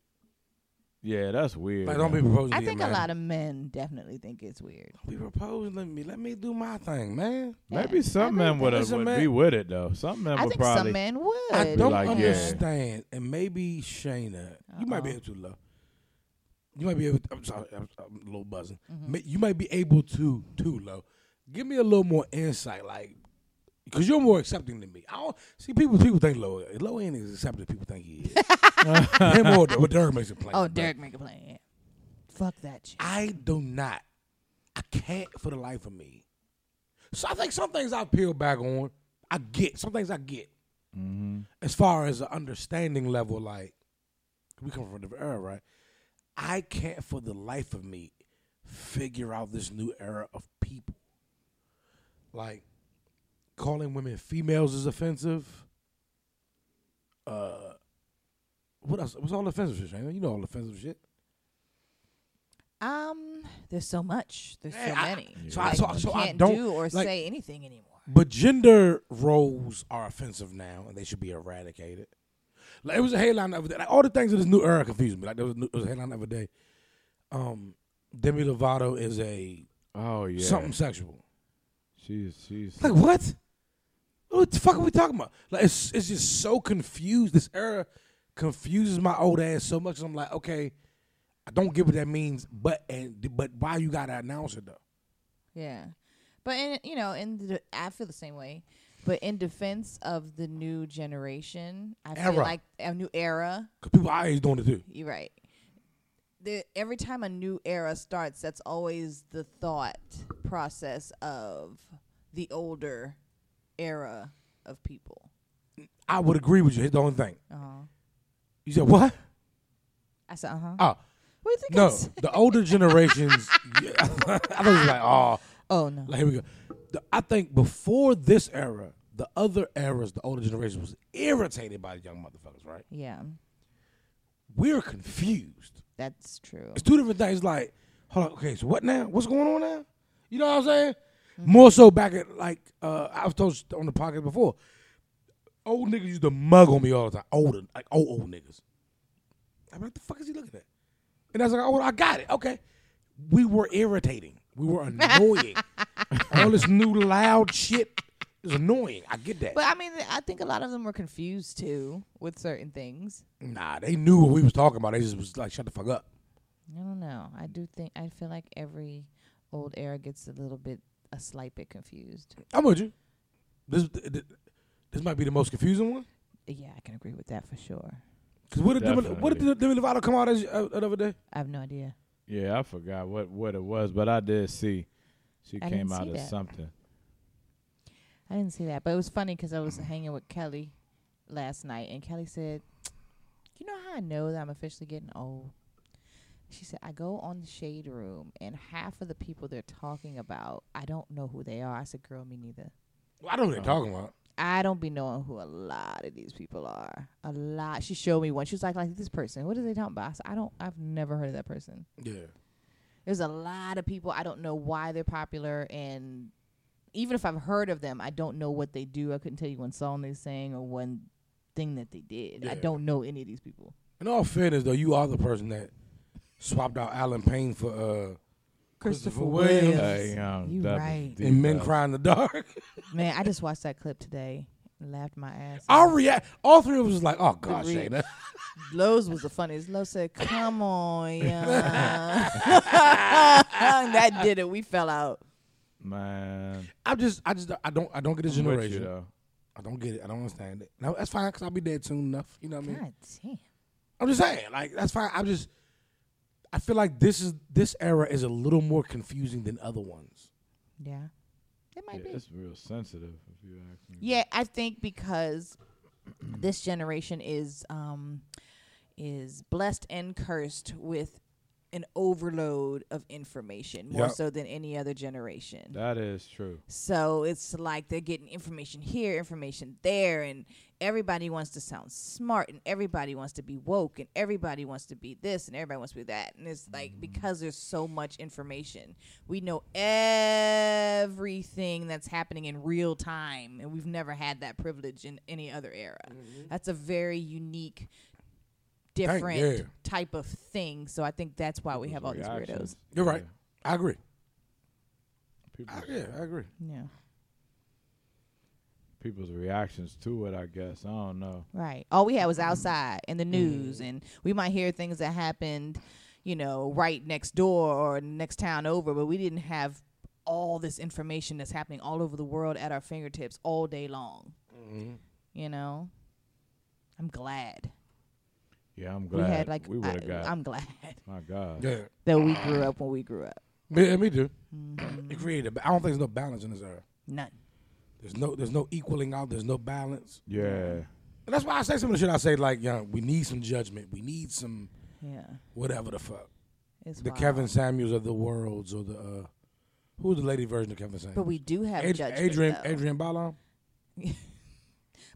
Yeah, that's weird. Like, don't be man. proposing. I to your think a man. lot of men definitely think it's weird. Don't be proposing. Let me let me do my thing, man. Maybe Yeah. I some really men think- would, There's a would man- be with it though. Some men I would think probably. some men would. I don't like, yeah. understand, and maybe Shayna, you might be Uh-oh. able to love. You might be able. To, I'm sorry, I'm, I'm a little buzzing. Mm-hmm. Ma- You might be able to too, low. Give me a little more insight, like, because you're more accepting than me. I don't see people. People think low. Low ain't as accepting as people think he is. Him or what Derek makes it plain. Oh, but Derek make a plan. Yeah. Fuck that shit. I do not. I can't for the life of me. So I think some things I peel back on. I get some things I get. As far as the understanding level, like we come from a different era, right? I can't for the life of me figure out this new era of people. Like calling women females is offensive. Uh, what else? What's all offensive shit? Shayna? You know all offensive shit. Um, there's so much. There's so Yeah, I- many. so I- like, so- you so I can't don't- do or like- say anything anymore. But gender roles are offensive now, and they should be eradicated. Like it was a headline the other day. Like all the things in this new era confuse me. Like there was, a new, there was a headline the other day. Um, Demi Lovato is a Oh yeah. something sexual. She's she's. Like what? What the fuck are we talking about? Like it's it's just so confused. This era confuses my old ass so much. I'm like, okay, I don't get what that means, but and but why you gotta announce it though? Yeah, but in you know, in the, I feel the same way. But in defense of the new generation, I feel Era. like a new era. Cause people our age doing it too. You're right. The, every time a new era starts, that's always the thought process of the older era of people. I would agree with you. Here's the only thing. Uh huh. You said what? I said, uh huh. Oh. What do you think? I No, said? the older generations. yeah, I was like, oh, Oh no. like, here we go. The- I think before this era, the other eras, the older generation was irritated by the young motherfuckers, right? Yeah, We're confused. that's true. It's two different things. Like, hold on, okay, so what now? What's going on now? You know what I'm saying? More so back at like uh, I was told on the podcast before. Old niggas used to mug on me all the time. Older, like old old niggas. I'm like, the fuck is he looking at? And I was like, oh, well, I got it. Okay, we were irritating. We were annoying. all this new loud shit is annoying. I get that. But I mean, I think a lot of them were confused too with certain things. nah, they knew what we was talking about. They just was like, shut the fuck up. I don't know. I do think I feel like every old era gets a little bit, a slight bit confused. I'm with you. This th- this might be the most confusing one. Yeah, I can agree with that for sure. Cause what did Demi, what Definitely. did Demi Lovato come out as uh, the other day? I have no idea. Yeah, I forgot what what it was, but I did see she I didn't came out see of that. something. I didn't see that, but it was funny 'cause I was hanging with Kelly last night, and Kelly said, "You know how I know that I'm officially getting old?" She said, "I go on the shade room, and half of the people they're talking about, I don't know who they are." I said, "Girl, me neither. Well, I don't know what they're talking about. I don't be knowing who a lot of these people are. A lot." She showed me one. She was like, "Like this person. What are they talking about?" I said, "I don't. I've never heard of that person." Yeah, There's a lot of people. I don't know why they're popular, and even if I've heard of them, I don't know what they do. I couldn't tell you one song they sang or one thing that they did. I Yeah. don't know any of these people. in all fairness though, you are the person that swapped out Alan Payne for uh Christopher Christopher Williams. Yes. Williams. Hey, um, you that was right, the in Men best. Cry in the Dark. man. I just watched that clip today. and Laughed my ass. Our react, all three of us was like, oh gosh, Agreed. Shayna. Lowe's was the funniest. Lowe's said, "Come on, yeah." that did it. We fell out. Man, I'm just, I just, I don't, I don't get this I'm with you, generation. though. I don't get it. I don't understand it. No, that's fine because I'll be dead soon enough. You know what I mean? God damn. I'm just saying, like that's fine. I'm just, I feel like this is this era is a little more confusing than other ones. Yeah, it might Yeah, be. it's real sensitive. If you ask me. Yeah, I think because this generation is um is blessed and cursed with an overload of information more Yep. so than any other generation. that is true. so it's like they're getting information here, information there, and everybody wants to sound smart, and everybody wants to be woke, and everybody wants to be this, and everybody wants to be that. And it's like because there's so much information, we know everything that's happening in real time, and we've never had that privilege in any other era. That's a very unique, Thank- different yeah. type of thing. So I think that's why we have all these weirdos. Reactions. You're right. Yeah. I agree. People, I, yeah, I agree. Yeah. people's reactions to it. I guess I don't know. Right. All we had Mm-hmm. was outside and the news, and we might hear things that happened, you know, right next door or next town over, but we didn't have all this information that's happening all over the world at our fingertips all day long. Mm-hmm. You know, I'm glad, Yeah, I'm glad we had like we would I, have got. I'm glad my God, Yeah. that we grew up when we grew up. Yeah, me too. Mm-hmm. It created. I don't think there's no balance in this era. None. There's no. There's no equaling out. There's no balance. yeah, And that's why I say some of the shit I say. Like, yeah, we need some judgment. We need some Yeah. whatever the fuck. It's The wild. Kevin Samuels of the worlds or the uh, who's the lady version of Kevin Samuels? But we do have Ad- judgment. Adrian though. Adrian Balon.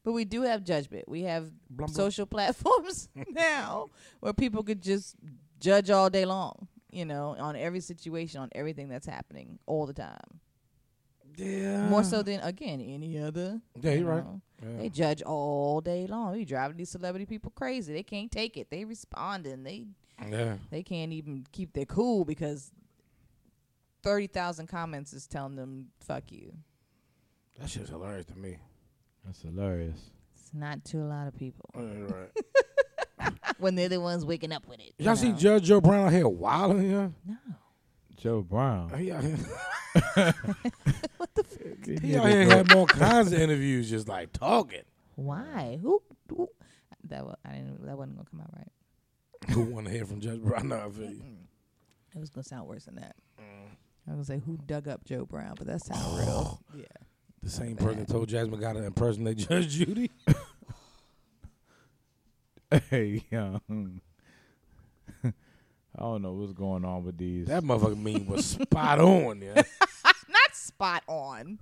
But we do have judgment. We have Blum, blum. social platforms now where people could just judge all day long, you know, on every situation, on everything that's happening all the time. Yeah. More so than again any other. Yeah, you're right. know. Yeah. They judge all day long. You driving these celebrity people crazy. They can't take it. They responding. They yeah. they can't even keep their cool because thirty thousand comments is telling them fuck you. That shit's hilarious to me. that's hilarious. It's not to a lot of people Yeah, you're right. when they're the ones waking up with it. you Y'all see know. Judge Joe Brown out here wilding? Yeah. no. Joe Brown. He out here, he Yeah, out here having all kinds of interviews, just like talking. Why? Who? who- That wa- I didn't. That wasn't gonna come out right. Who want to hear from Judge Brown? No, I feel you. It was gonna sound worse than that. Mm. I was gonna say who dug up Joe Brown, but that sounds real. Yeah. The same person that told Jasmine got to impersonate Judge Judy. hey, yeah. hmm. I don't know what's going on with these. That motherfucker meme was spot on. Yeah. Not spot on.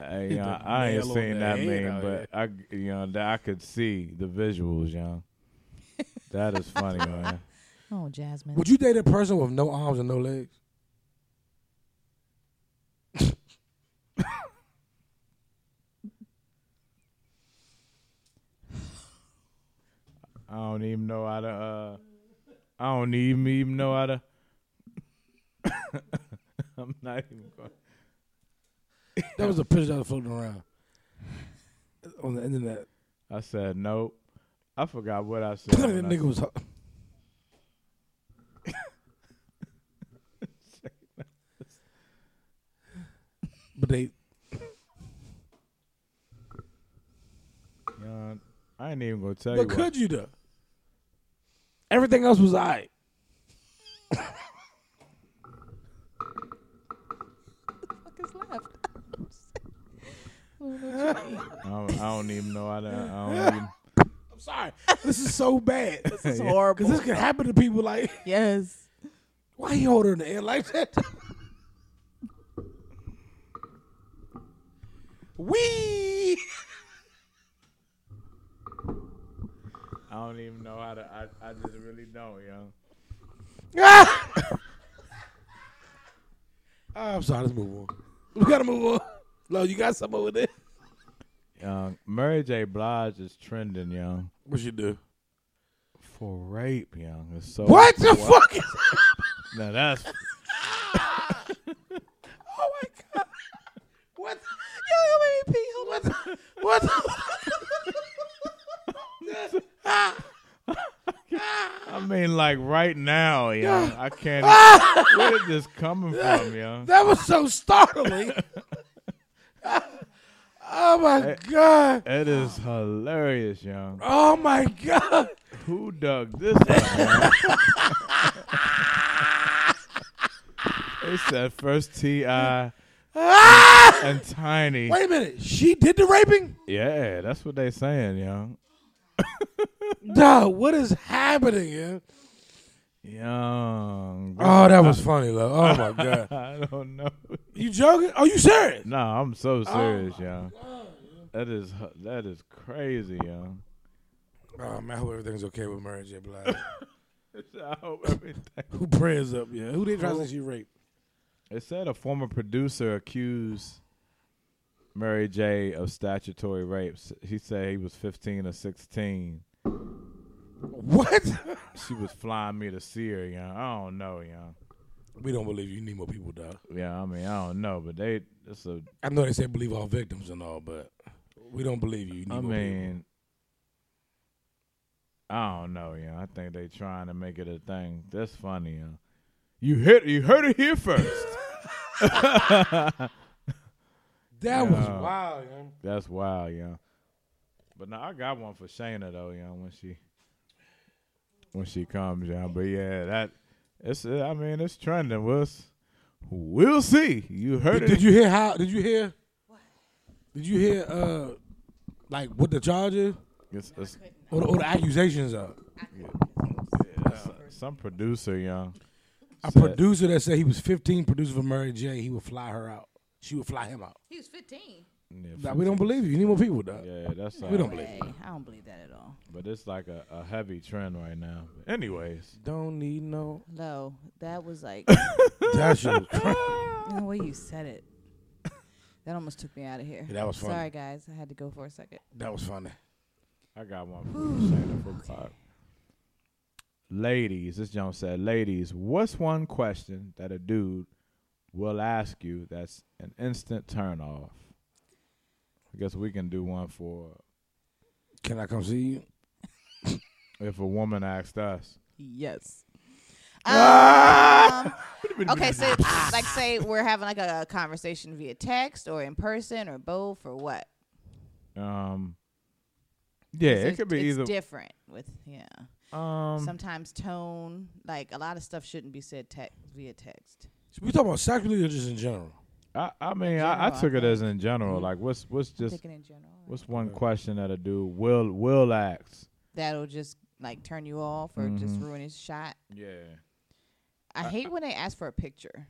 I, you Hit know, the I ain't nail on seen the that head meme, out but I, you know, that I could see the visuals, young. That is funny, man. Oh, Jasmine. Would you date a person with no arms and no legs? I don't even know how to. Uh, I don't even even know how to. I'm not even going. That was a picture that was floating around on the internet. I said nope. I forgot what I that said. when I nigga was. but they Young, I ain't even gonna tell But you. could you though? Everything else was alright. What the fuck is left? I don't know what you what. mean. I, don't, I don't even know how to. I don't even, I'm sorry. This is so bad. This It's Cause horrible. this could happen to people. Like, yes. why you hold her in the air like that? Wee. I don't even know how to. I, I just really don't, young. Ah! I'm sorry. Let's move on. We gotta move on. No, you got something over there. Young Mary J. Blige is trending, young. What you do? For rape, young. It's so What the fuck? Is- Now that's oh my god. What? Yo, yo, baby pee. What? The- what? The- Ah! I mean like right now, young. I can't where is this coming from, young? That was so startling. oh my god. It is hilarious, young. Oh my god. Who dug this up, young? They said first T I Ah! and Tiny. Wait a minute. She did the raping? Yeah, that's what they saying, young. No, what is happening? Yeah? Young. Oh, that was funny, though. Oh my god. I don't know. You joking? Are you serious? No, I'm so serious, young. That is that is crazy, young. Oh man, I hope everything's okay with Mary J. Blige. I hope everything. Who prayers up? Yeah. Who they try to say she raped? It said a former producer accused Mary J of statutory rapes. He said he was 15 or 16. What? She was flying me to see her, you know. I don't know, you know. we don't believe you. You need more people, dog. Yeah, I mean, I don't know, but they it's a I know they say believe all victims and all, but we don't believe you. you need I more people. mean I don't know, you know. I think they trying to make it a thing. That's funny, you know. You hit you heard it here first. that was No. wild. Man. That's wild, young. But now I got one for Shayna though, young. When she when she comes, young. But yeah, that it's. uh, I mean, it's trending. We'll s- we'll see. You heard Did, it. did you hear how? Did you hear? Did you hear? Uh, like what the charges It's, it's, or, the- or the accusations are? it's, uh, some producer, young. A Said- producer that said he was 15, producer for Mary J. He would fly her out. She would fly him out. He was 15. Yeah, Nah, we don't believe you. You need more people, dog. Yeah, that's. Uh, We don't believe. Hey, I don't believe that at all. But it's like a, a heavy trend right now. But anyways, Don't need no. No, that was like That shit was crazy. the way you said it. That almost took me out of here. Yeah, that was funny. Sorry, guys. I had to go for a second. That was funny. I got one for Shayna for Clark. Ladies, this Jones said, ladies, what's one question that a dude will ask you that's an instant turn off? I guess we can do one for Can I come see you? if a woman asked us. Yes. Ah! Um, okay, so like say we're having like a conversation via text or in person or both or what? Um Yeah, 'Cause it it's- could be it's either different with yeah. um Sometimes tone, like a lot of stuff shouldn't be said text via text. Should we talk about sexually or just in general? I, I mean I, I general, Mm-hmm. I took it think. as in general. Like what's what's just Thinking in general. right? what's one question that a dude will will ask? That'll just like turn you off or just Mhm. ruin his shot. Yeah. I hate when they ask for a picture.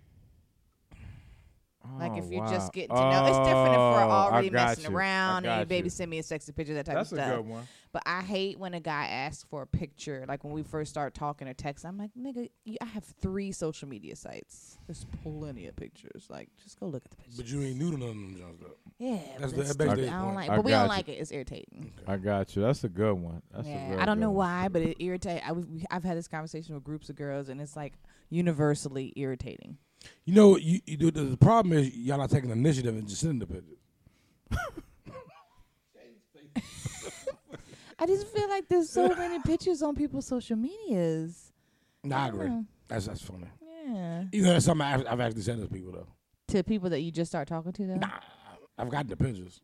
Like Oh, if you're wow. just getting to know, it's different if we're Oh, I already got messing you. I around and you got baby you. send me a sexy picture, that type That's of a stuff. good one. But I hate when a guy asks for a picture. Like when we first start talking or text, I'm like, nigga, you, I have three social media sites. There's plenty of picures. Like, just go look at the pictures. But you ain't new to none of them Jones though. yeah, That's but the- it's that makes stupid. the I don't point. like. I But we don't got like it. It's irritating. I got you. That's a good one. That's a yeah, very I don't good know one. why, but it irritate. I, we- I've had this conversation with groups of girls, and it's like universally irritating. You know what? You, you do, the, the problem is y'all not taking initiative and just sending the pictures. I just feel like there's so many pictures on people's social medias. Nah, I agree. Yeah. That's that's funny. Yeah. You know, that's something I've, I've actually sent to people though. To people that you just start talking to, though. Nah, I've gotten the pictures.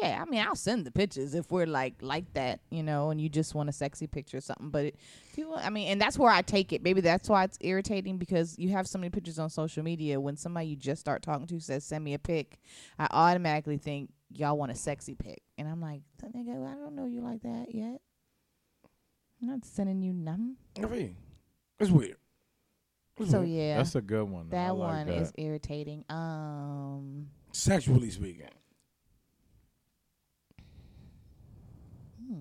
Yeah, I mean, I'll send the pictures if we're like like that, you know, and you just want a sexy picture or something. But it, people, I mean, and that's where I take it. Maybe that's why it's irritating because you have so many pictures on social media. When somebody you just start talking to says, "Send me a pic," I automatically think y'all want a sexy pic, and I'm like, "Nigga, I don't know you like that yet. I'm not sending you nothing." I mean, it's weird. It's So weird. yeah, That's a good one. I that like one that. is irritating. Um, Sexually speaking, Hmm.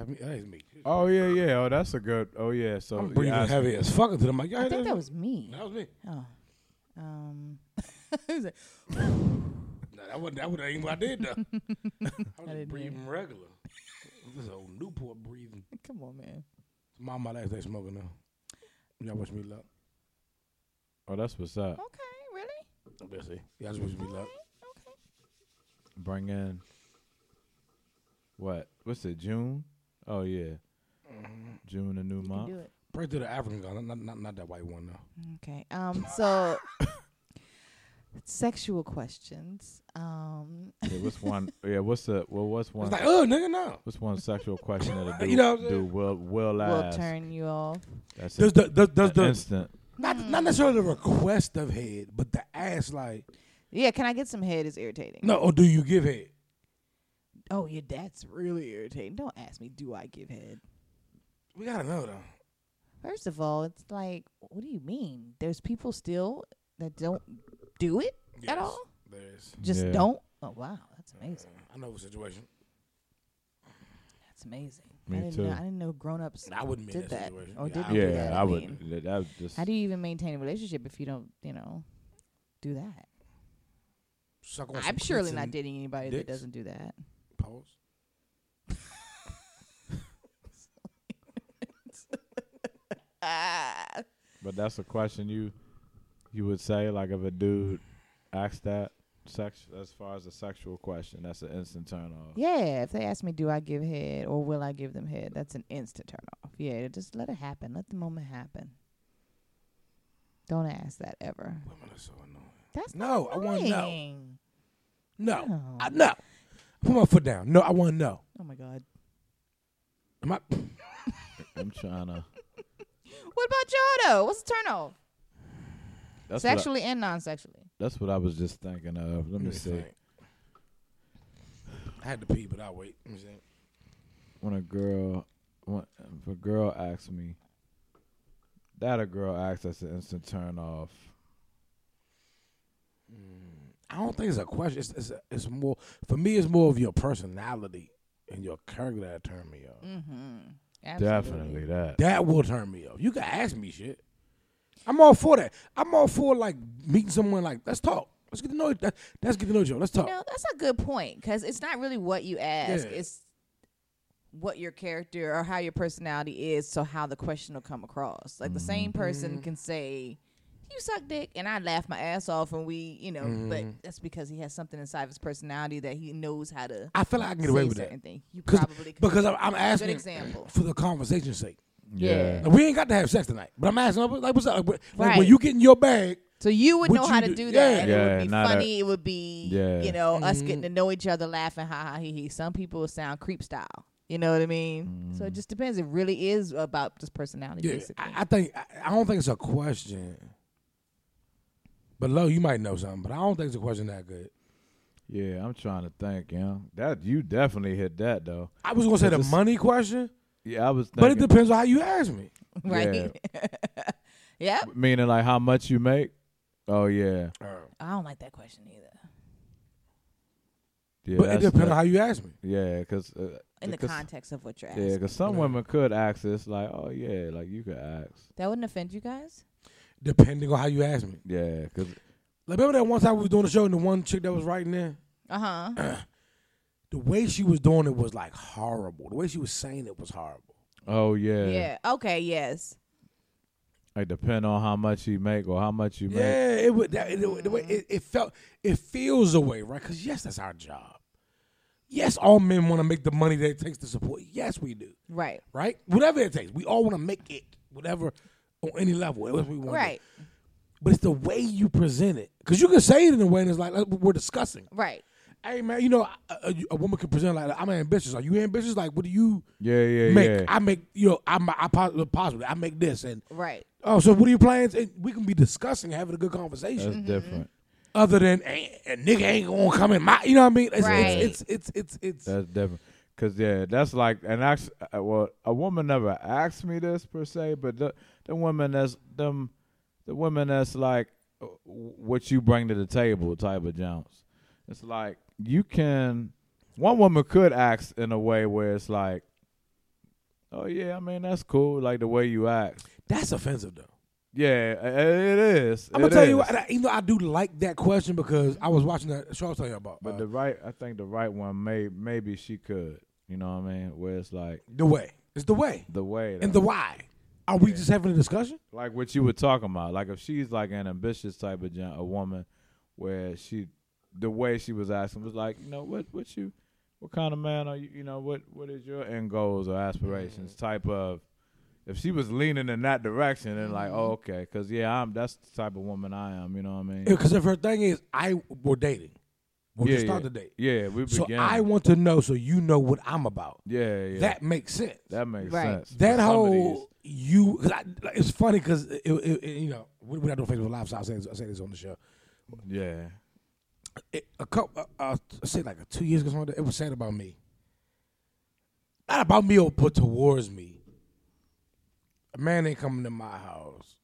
I mean, that is me. Oh yeah, yeah. Oh, that's a good. Oh yeah. So I'm you breathing ask- heavy as fuck into them. Like, I think that was me. that was me. Oh, um, Nah, that wasn't that wasn't even what I did though. I was didn't just breathing regular. This is old Newport breathing. come on, man. My my last day smoking now. Y'all wish me luck. Oh, that's what's up. Okay, really? Obviously. Y'all just wish me luck. Okay. Bring in. What? What's it? June? Oh yeah. June, a new month. do it. Pray to the African guy, not not, not that white one though. Okay. Um. So, sexual questions. Um. Yeah, what's one? Yeah, what's the? Well, what's one? It's like, oh nigga, no. What's one sexual question that a dude, You know what I'm saying? dude will will Will ask? turn you off. That's Does it. the does, does That the instant. not not necessarily the request of head, but the ass like Yeah. Can I get some head? Is irritating. no, or do you give head? Oh yeah, that's really irritating. Don't ask me. Do I give head? We gotta know though. First of all, it's like, what do you mean? There's people still that don't do it Yes, at all. There is. Uh, Just Yeah. don't. Oh wow, that's amazing. I know the situation. That's amazing. Me I didn't too. Know, I didn't know grown ups I wouldn't be in did that that situation. or Yeah, didn't I do yeah, that. I would. mean. That, that just. How do you even maintain a relationship if you don't, you know, do that? Suck on some I'm cleats surely not and dating anybody that dicks. doesn't do that. Pause. Ah. but that's a question you you would say like if a dude asked that sex as far as a sexual question, that's an instant turn off. Yeah, if they ask me, do I give head or will I give them head? That's an instant turn off. Yeah, just let it happen. Let the moment happen. Don't ask that ever. Women are so annoying. That's No, I want to know. annoying. No, No. I, no. Put my foot down. No, I want to know. Oh my god. Am I? I'm trying to. What about y'all though? What's the turn off? That's what I- Sexually and non-sexually. That's what I was just thinking of. Let me see. think. I had to pee, but I'll wait. Let me see. When a girl, when, if a girl asks me, that a girl asks, that's an instant turn off. I don't think it's a question. It's, it's, it's more, for me, it's more of your personality and your character that turn me off. Mm-hmm. Definitely that. That will turn me off. You can ask me shit. I'm all for that. I'm all for like meeting someone like, let's talk. Let's get to know that. Let's get to know each other. Let's talk. You know, that's a good point because it's not really what you ask; Oh. Yeah. it's what your character or how your personality is. So how the question will come across. Like the same Mm-hmm. person can say, "You suck dick," and I laugh my ass off, and we, you know, but Mm-hmm. that's because he has something inside of his personality that he knows how to I feel like I can get say away with certain that. thing. You 'Cause- probably could. Because I'm, I'm asking example. for the conversation's sake. Yeah. Like, we ain't got to have sex tonight, but I'm asking, like, what's up? Like, what- like, Right. when you get in your bag, So you would Would know you how to do- do yeah. Mm-hmm. that. it Yeah, would be not a- funny. it would be Yeah. you know us getting to know each other, laughing, ha ha he he. Some people sound creep style. You know what I mean? So Mm. it just depends. It really is about just personality, yeah, basically. Ah, I, I think I, I don't think it's a question. But low, you might know something, but I don't think it's a question that good. Yeah, I'm trying to think, yeah. That you definitely hit that though. I was gonna say the It's a- money question, Yeah, I was but it thinking depends on how you ask me. right? yep. meaning like how much you make? Oh yeah, I don't like that question either. yeah. but it that's- depends that- on how you ask me. yeah, because uh, In the 'cause- context of what you're asking. Yeah, because some Yeah. women could ask this, like, oh yeah, like you could ask. That wouldn't offend you guys? Depending on how you ask me. Yeah, because Like remember that one time we was doing the show and the one chick that was writing there, Uh huh. the way she was doing it was like horrible. The way she was saying it was horrible. oh yeah, yeah. Okay, yes. Like depend on how much you make or how much you make. Yeah, it would. That, it, the way it, it felt, it feels a way, right? Because yes, that's our job. Yes, all men want to make the money that it takes to support. Yes, we do. Right. Right, whatever it takes, we all want to make it, whatever, on any level, whatever we want. Right. But it's the way you present it, because you can say it in a way, and it's like, like we're discussing. Right. Hey man, you know, a, a, a woman can present like, I'm ambitious. Are you ambitious? Like, what do you Yeah, yeah, make? yeah. I make, you know, I'm, I possibly, possibly, I make this, and Right. oh, so what are your plans? And we can be discussing, having a good conversation. Mm-hmm. That's different. other than "Ain't- a nigga ain't gonna come in my. You know what I mean? It's Right. it's it's it's it's. it's That's different. Cause yeah, that's like and actually, well, a woman never asked me this per se, but the the women that's them, the women that's like uh, what you bring to the table type of jumps. It's like you can. One woman could ask in a way where it's like, oh yeah, I mean that's cool, like the way you act. that's offensive though. Yeah, i- i- it is. I'm It gonna tell you, is. what, and I, you know, I do like that question because I was watching that show I was telling you about. But uh, the the, right, I think the right one may maybe she could. You know what I mean? Where it's like way, it's the way the way and though. the why. Are we just having a discussion? like what you were talking about. Like if she's like an ambitious type of gen- a woman, where she, the way she was asking was like, you know, what what you, what kind of man are you? You know, what what is your end goals or aspirations? Mm-hmm. Type of, if she was leaning in that direction, then like, Mm-hmm. oh okay, because yeah, I'm that's the type of woman I am. You know what I mean? Because if her thing is, I we're dating, we're yeah, just yeah. starting to date. Yeah, we So began. I want to know, so you know what I'm about. yeah, yeah, That makes sense. that makes Right. sense. But That some of these- whole you, 'cause I, like, it's funny because it, it, it, you know we- we're not doing Facebook Live, so I say this, I say this on the show. yeah, it, a couple, uh, uh, I say like a two years ago, something like that, it was said about me. Not about me, or but towards me. A man ain't coming to my house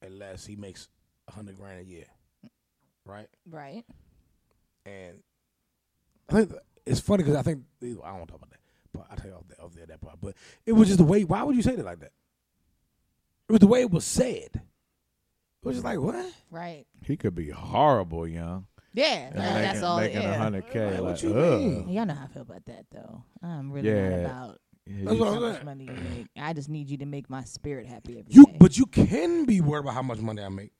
unless he makes a hundred grand a year, right? Right. And I think that- it's funny because I think I don't want to talk about that, but I tell you off there, off there that part. But it was just the way. Why would you say that like that? It was the way it was said. It was just like what? Right. he could be horrible, young. Yeah. and that- that's making- all. Making a Yeah. hundred k, Like, like, what you ugh. mean? Y'all know how I feel about that though. I'm really Yeah. not about Yeah, That's you- what I'm how much saying. money you make. I just need you to make my spirit happy every You, day. but you can be worried about how much money I make,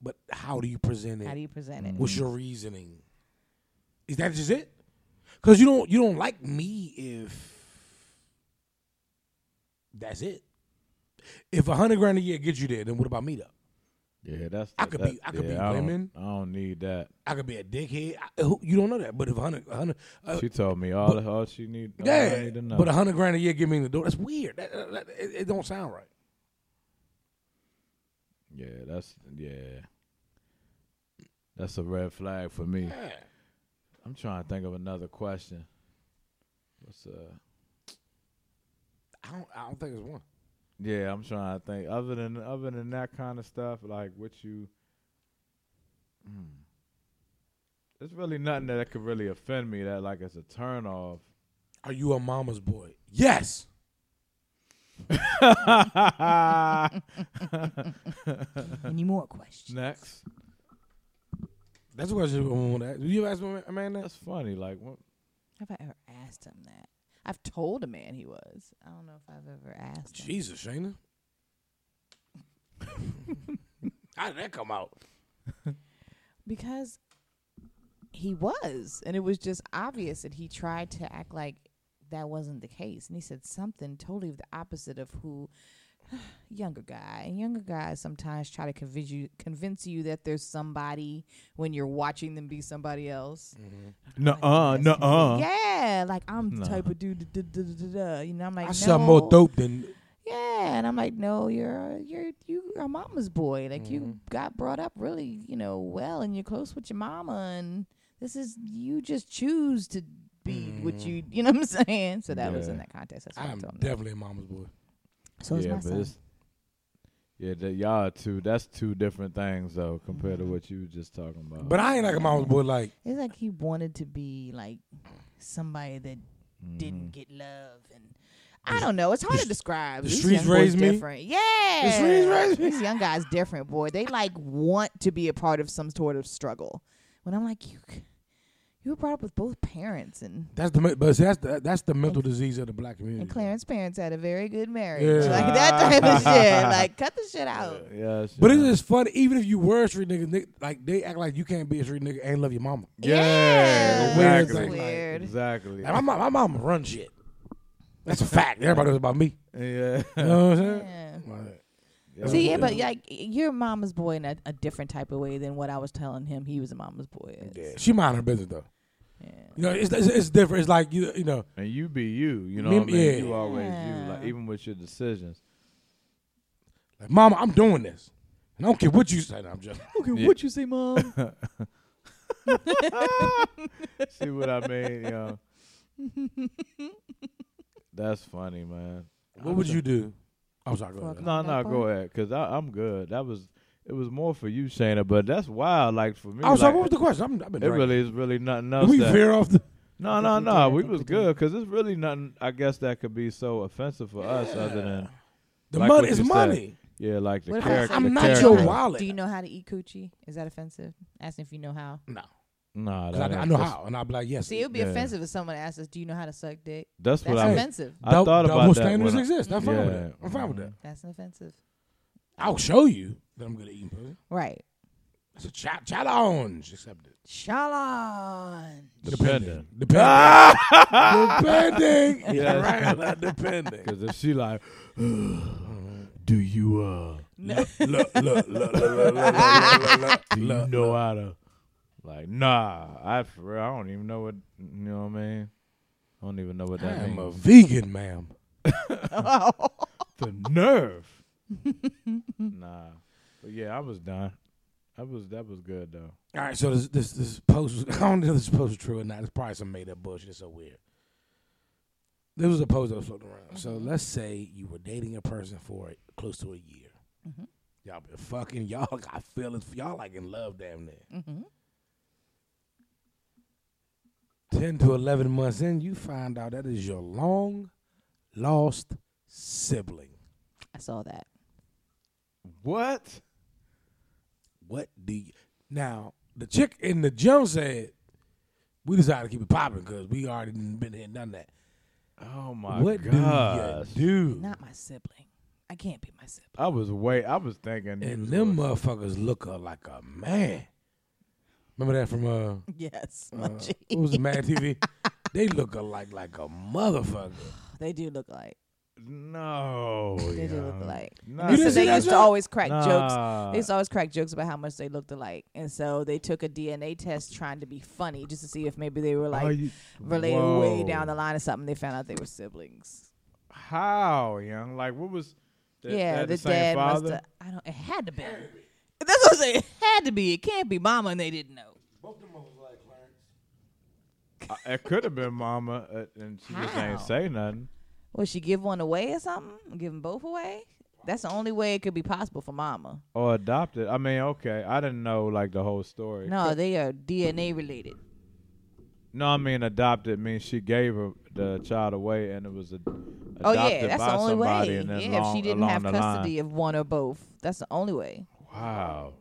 but how do you present it? how do you Mm. present it? What's your reasoning? Is that just it? Because you don't you don't like me if that's it. If a hundred grand a year gets you there, then what about me though? Yeah, that's. I the- could that- be- I could be yeah, I don't- women. I don't, need that. I could be a dickhead. I, who, you don't know that, but if a hundred, a hundred, uh, She told me all all she need. all I yeah, need to know. but a hundred grand a year get me in the door. That's weird. That, that- that- it, it don't sound right. yeah, that's yeah. That's a red flag for me. Yeah. I'm trying to think of another question. What's uh? I don't. I don't think it's one. Yeah, I'm trying to think. Other than other than that kind of stuff, like what you. Mm. There's really nothing that could really offend me that like it's a turn off. Are you a mama's boy? Yes. Any more questions? Next. That's the question I want to ask. You ever ask a man that? That's funny. Like what Have I ever asked him that? I've told a man he was. I don't know if I've ever asked him. Jesus, Shayna. How did that come out? because he was and it was just obvious that he tried to act like that wasn't the case and he said something totally the opposite of who younger guy and younger guys sometimes try to convince you convince you that there's somebody when you're watching them be somebody else No uh, no uh. yeah like i'm Nah. the type of dude da, da, da, da, da. you know i'm like I no. sell more dope than Yeah, and I'm like, no, you're you're you are mama's boy. Like Mm-hmm. you got brought up really, you know, well, and you're close with your mama, and this is you just choose to be what you. You know what I'm saying? So that was in Yeah. that context. That's what I Mm-hmm. I'm told him. definitely a mama's boy. so is yeah, my but son. it's Yeah, that y'all are two. That's two different things though, compared to Mm-hmm. what you were just talking about. But I ain't like a mom's boy. Like It's like he wanted to be like somebody that Mm-hmm. didn't get love, and I don't know. It's hard to describe. Mm-hmm. the These streets young boys raised me. Different. Yeah, streets raised me. These young guys different, boy. They like want to be a part of some sort of struggle. When I'm like, you, c- you were brought up with both parents, and that's the men- but see, that's the that's the mental disease of the black community. and Clarence' parents had a very good marriage. Yeah. Like that type of shit. Like cut the shit yeah, out. yeah, it's- But it is funny, even if you were a street nigga, nigga, like they act like you can't be a street nigga and love your mama. yeah, Yeah, weird exactly, thing. Weird. exactly. Like, my, mom- my mama run shit. That's a fact. Everybody knows about me. Yeah, You know what I'm saying? Yeah. Like, See, yeah, but like you're a mama's boy in a, a different type of way than what I was telling him. He was a mama's boy. Is. yeah, she mind her business though. Yeah. You know, it's, it's, it's different. It's like you, you know, and you be you. You know Me- what I mean? yeah. You always you. Like Yeah. even with your decisions. like mama, I'm doing this, and I don't care what you say. No, I'm just Okay, Yeah. what you say, mom? See what I mean? Yeah. That's funny, man. What would you do? I'm sorry. Go ahead. No, no, go ahead, cause I, I'm good. That was it was more for you, Shana, but that's wild. Like for me, I'm sorry. like, What was the question? I'm, I've been. it really is really nothing Did else. we that, veer off the. No, no, think we no. did. I We think was we good because it's really nothing. I guess that could be so offensive for us, other than The Like money what is you said. money. yeah, like the What if I character. said- the I'm not character. your wallet. Do you know how to eat coochie? Is that offensive? Asking if you know how. No, Nah, 'Cause I, that I ain't- know that's- how, and I'll be like, yes. See, it would be Yeah. offensive if someone asked us, "Do you know how to suck dick?" That's That's what I. offensive. I thought double about that. standards when I- exist. I'm fine with Yeah. that. I'm fine with that. That's offensive. I'll show you that I'm good at eating pussy. Right. It's a cha- challenge. Accepted. Shalon. Depending, Depending. depending. Yes. Right. Depending. because if she like, do you uh, look, look, look, look, look, look, look, look, look, do you look. know how to? Like, nah, I for real, I don't even know what you know what I mean. I don't even know what that I'm a means. vegan, ma'am. the nerve. nah, but yeah, I was done. I was that was good though. All right, so this this this post was, I don't know if this post was true or not. It's probably some made up bullshit. It's so weird. This was a post that was floating around. So let's say you were dating a person for close to a year. Y'all been fucking. Y'all got feelings. Y'all like in love, damn near. Ten to eleven months in, you find out that is your long lost sibling. I saw that. What? What do you now? The chick in the gym said, "We decided to keep it popping because we already done been here, and done that." Oh my what gosh. do you do? Not my sibling. I can't be my sibling. I was way I was thinking you and was them gonna- motherfuckers look up like a man. Remember that from uh, Yes. uh what was it, Mad TV? they look alike like a motherfucker. They do look like. No. They do yeah. look alike. Nah, You So didn't see they that used to joke? always crack jokes nah. They used to always crack jokes about how much they looked alike, and so they took a DNA test trying to be funny, just to see if maybe they were Are like you- related way Whoa. down the line or something. They found out they were siblings. How young? Like what was? That, yeah, that the, same dad father. must have. I don't. It had to be. That's what I'm saying. It had to be. It can't be mama, and they didn't know. I- Uh, it could have been mama, uh, and she just ain't How? say nothing. Would she give one away or something? Give them both away? That's the only way it could be possible for mama. Or adopted. I mean, okay, I didn't know like the whole story. No, they are DNA related. No, I mean adopted means she gave her, the child away, and it was a, adopted Oh yeah, that's by the only somebody. way. And then Yeah, if along- she didn't along have the custody line. of one or both, that's the only way. Wow.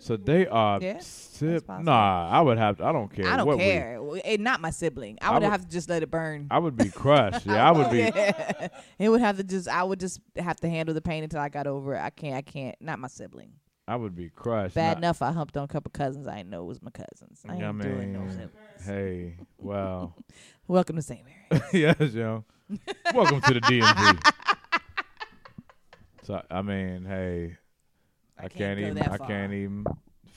So they are Yeah, sip. that's possible. Nah, I would have. To, I don't care. I don't what we- care. Well, eh, not my sibling. I I would, would- have to just let it burn. I would be crushed. Yeah, I would be. it would have to just. I would just have to handle the pain until I got over it. I can't. I can't. Not my sibling. I would be crushed. Bad Nah, enough I humped on a couple cousins I didn't know was my cousins. I ain't I doing no mean, siblings. Hey, wow. Welcome to St. Mary. yes, yo. Welcome to the DMV. so I mean, hey, I, can't can't, go even. that I far. can't even.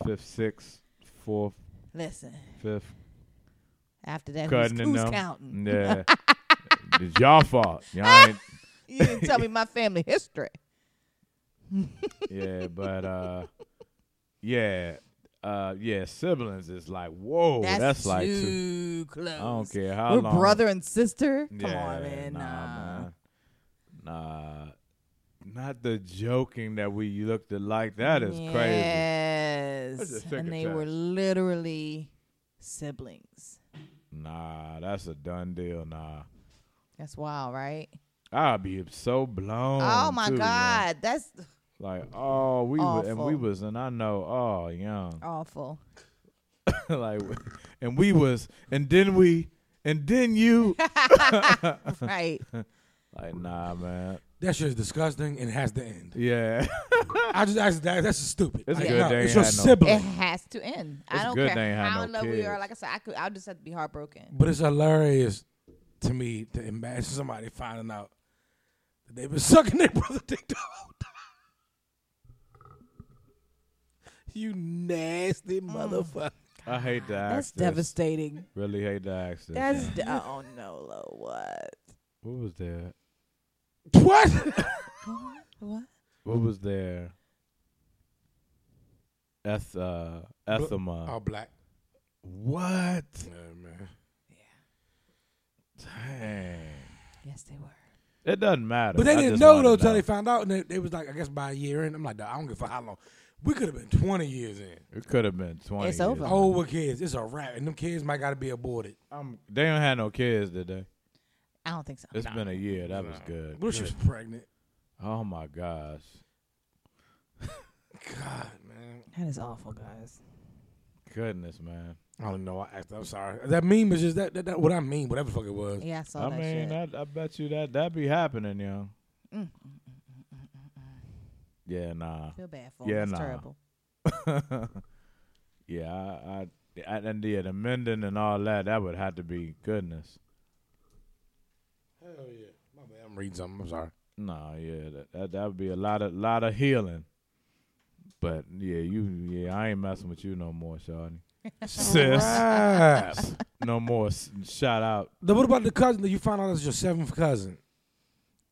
Fifth, sixth, fourth, Listen, fifth, after that, who's, cutting and who's them. counting? Yeah. it's y'all fault. Y'all ain't. You didn't tell me my family history. Yeah, but uh, yeah, uh, yeah. Siblings is like whoa. Oh, That's, That's, like two. too close. I don't care how We're long. brother and sister. Come yeah, on, man. Nah, Nah. man. Nah. not the joking that we looked alike. That is crazy. That's Yes. just sick And they were attacks. literally siblings. Nah, that's a done deal. Nah, That's wild, right? I'll be so blown. Oh my too, man. God. That's Like oh, we wa- and we Awful. was and I know oh young awful. like and we was and then we and then you Right. like nah man That shit is disgusting and has to end. yeah I just, I just that, that's just stupid. It's Like, good no, they ain't it's your had no- sibling, it has to end. It's I don't good care they ain't had how no in love we are. kids. Like I said, I could. I'll just have to be heartbroken. but it's hilarious to me to imagine somebody finding out that they've been sucking their brother dick the whole time. You nasty motherfucker. I hate the That's actors devastating. really hate the actors That's man. de- oh no, Lo, what? what was there What? What? what was there Eth uh ethema All black. what Yeah, man. dang Yes, they were. it doesn't matter But they I didn't just know wanna though until they found out, and they, they was like, I guess by a year in. I'm like, "Dawg, I don't give a fuck how long. We could have been 20 years in. it could have been twenty It's years. over. Oh, with kids, it's a wrap, and them kids might gotta be aborted. I'm, they don't have no kids did they I don't think so. It's No. been a year that was good What if she was pregnant? oh my gosh God, man. that is awful, guys. goodness man I don't know. I asked. I'm sorry. That meme was just that. that, that what I mean, whatever the fuck it was. Yeah, I saw I that mean, shit. I, I bet you that that be happening, yo. Mm. Yeah, nah. Feel bad for Yeah, yeah, him. It's nah. terrible. yeah, I, I, I, and yeah, the mending and all that, that would have to be goodness. Hell yeah. My bad. I'm reading something. I'm sorry. Nah, yeah, that that, that would be a lot of lot of healing. But yeah, you, yeah, I ain't messing with you no more, Shawty. Sis, Yes. no more. s- Shout out. Ah. Then what about the cousin that you found out is your seventh cousin?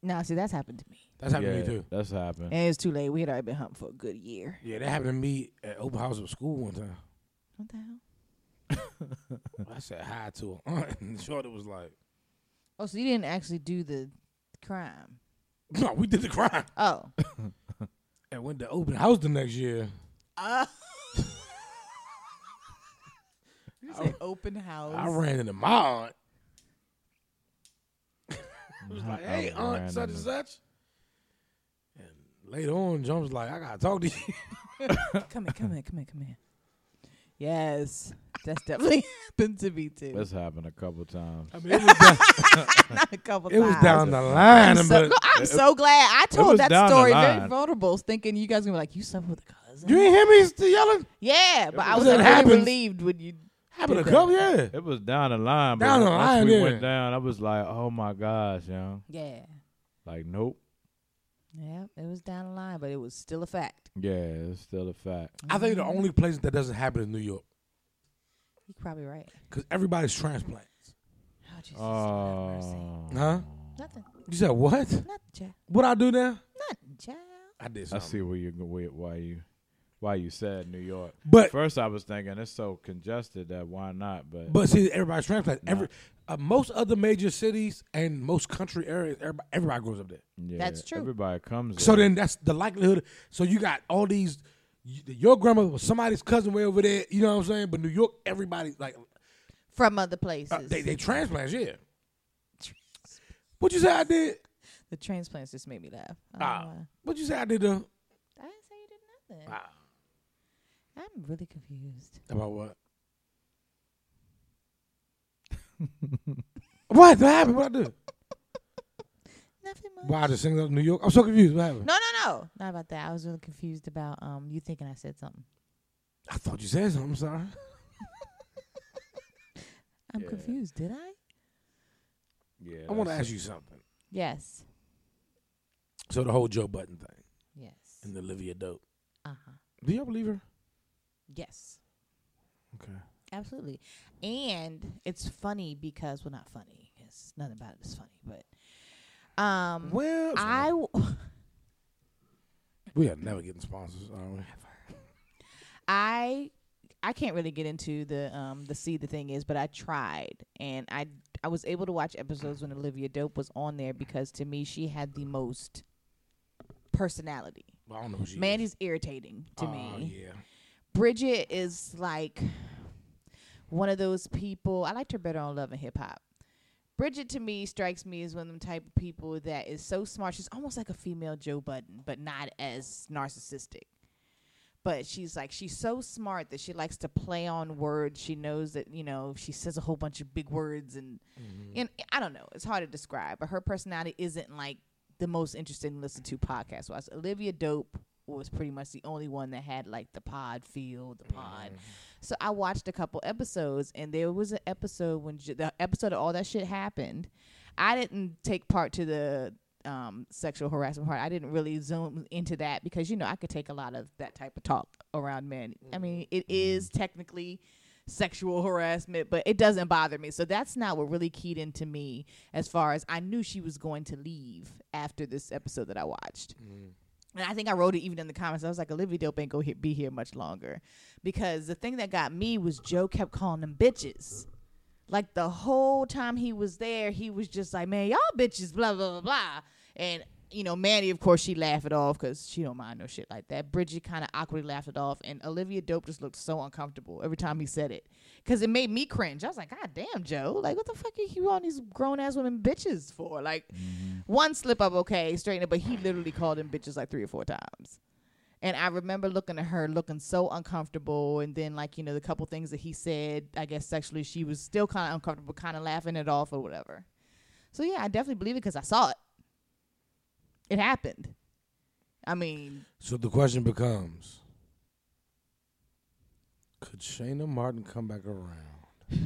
No, see, that's happened to me. That's happened yeah, to me too. that's happened. And it's too late. We had already been hunting for a good year. Yeah, that happened to me at open house of school one time. What the hell? I said hi to her, and Shorty was like, Oh, so you didn't actually do the crime? "No, we did the crime." Oh. And went to open house the next year. Uh, you say open house. I ran into my aunt. I was I- like, I hey, ran aunt, such and into- such. And later on, John was like, I gotta talk to you. Come in, come in, come in, come in. Yes, that's definitely happened to me too. That's happened a couple times. I mean, it was down, Not a couple it was times. down the line, I'm so, but no, I'm so glad I told was that down the story very line. vulnerable, thinking you guys were gonna be like, "You slept with a cousin." you ain't hear me still yelling? yeah, but I was That really happens. relieved when you. Happened a Did that. couple, yeah. It was down the line, but Down the once line, we yeah. went down, I was like, oh my gosh, yo. Yeah, Like, nope. yeah, it was down the line, but it was still a fact. Yeah, it's still a fact. I think the only place that doesn't happen is New York You're probably right. because everybody's transplants. Oh Jesus, Lord have mercy. Oh, Huh? Nothing, You said what? nothing, child, What I do now? nothing, child. I did I something. see where you where, why you why you said New York. But First, I was thinking it's so congested that why not? But, But see, everybody's transplant. Every uh, most other major cities and most country areas, everybody, everybody grows up there. yeah, That's true. Everybody comes. So there. then that's the likelihood. So you got all these. y- Your grandma was somebody's cousin way over there. You know what I'm saying? But New York, everybody like From other places, uh, they they transplants. Yeah. What you say I did? the transplants just made me laugh. I don't Ah. know why. What you say I did? Uh, I didn't say you did nothing. Ah. I'm really confused. about what? what? What happened? What I do? Nothing much. Why I just sing up New York? I'm so confused. What happened? No, no, no, not about that. I was really confused about um you thinking I said something. I thought you said something. I'm sorry. I'm Yeah. confused. Did I? yeah, I want to that's- ask you something. Yes. So the whole Joe Button thing. Yes. and Olivia Dope. Uh huh. Do y'all believe her? Yes. Okay. Absolutely. And it's funny because well, not funny. It's nothing about it is funny, but um, Well, I w- we are never getting sponsors, are we? I I can't really get into the um the see the thing is, but I tried and I I was able to watch episodes when Olivia Dope was on there because to me she had the most personality. I don't know who she is. Mandy's irritating to Oh, me. yeah. Bridget is like one of those people. I liked her better on Love and Hip Hop. Bridget to me strikes me as one of them type of people that is so smart. She's almost like a female Joe Budden, but not as narcissistic. But she's like she's so smart that she likes to play on words. She knows that you know she says a whole bunch of big words, and Mm-hmm. and I don't know. It's hard to describe. But her personality isn't like the most interesting to listen to podcast wise. Olivia Dope was pretty much the only one that had like the pod feel, the pod. So I watched a couple episodes, and there was an episode when j- the episode of all that shit happened. I didn't take part to the um, sexual harassment part. I didn't really zoom into that because you know I could take a lot of that type of talk around men. I mean, it is technically sexual harassment, but it doesn't bother me. So that's not what really keyed into me as far as I knew she was going to leave after this episode that I watched. And I think I wrote it even in the comments. I was like, Olivia Dope ain't gonna he- be here much longer. Because the thing that got me was Joe kept calling them bitches. Like the whole time he was there, he was just like, man, y'all bitches, blah, blah, blah, blah. And, you know, Mandy, of course, she laughed it off because she don't mind no shit like that. Bridget kind of awkwardly laughed it off. And Olivia Dope just looked so uncomfortable every time he said it. Because it made me cringe. I was like, God damn, Joe. Like, what the fuck are you on these grown ass women bitches for? Like, one slip up, okay, straighten it. But he literally called them bitches like three or four times. And I remember looking at her looking so uncomfortable. And then, like, you know, the couple things that he said, I guess sexually, she was still kind of uncomfortable, kind of laughing it off or whatever. So, yeah, I definitely believe it because I saw it. It happened. I mean, So the question becomes Could Shayna Martin come back around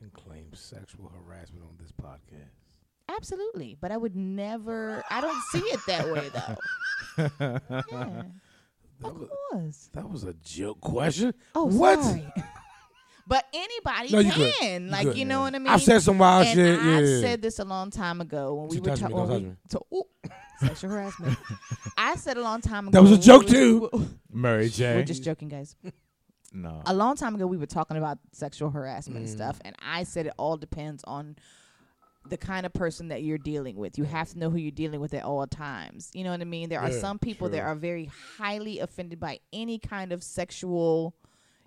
and claim sexual harassment on this podcast? absolutely. But I would never, I don't see it that way, though. Yeah, That, of was, course. that was a joke question. Oh, what? sorry. but anybody No, you good. can, You like, good. you know what I mean? I've said some wild and Oh, shit. I yeah. said this a long time ago when we Don't were touch me, don't touch talking. me. So, ooh, sexual harassment. I said a long time ago. That was a when joke, we- too. Murray J. We're just joking, guys. no. A long time ago, we were talking about sexual harassment and Mm. stuff, and I said it all depends on the kind of person that you're dealing with. You have to know who you're dealing with at all times. You know what I mean? There are Yeah, some people that true. are very highly offended by any kind of sexual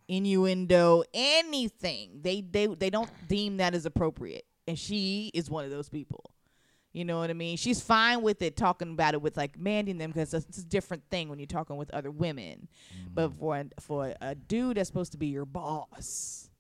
innuendo, anything. They they they don't deem that as appropriate, and she is one of those people. You know what I mean? She's fine with it talking about it with like manding them because it's a different thing when you're talking with other women. But for an- for a dude that's supposed to be your boss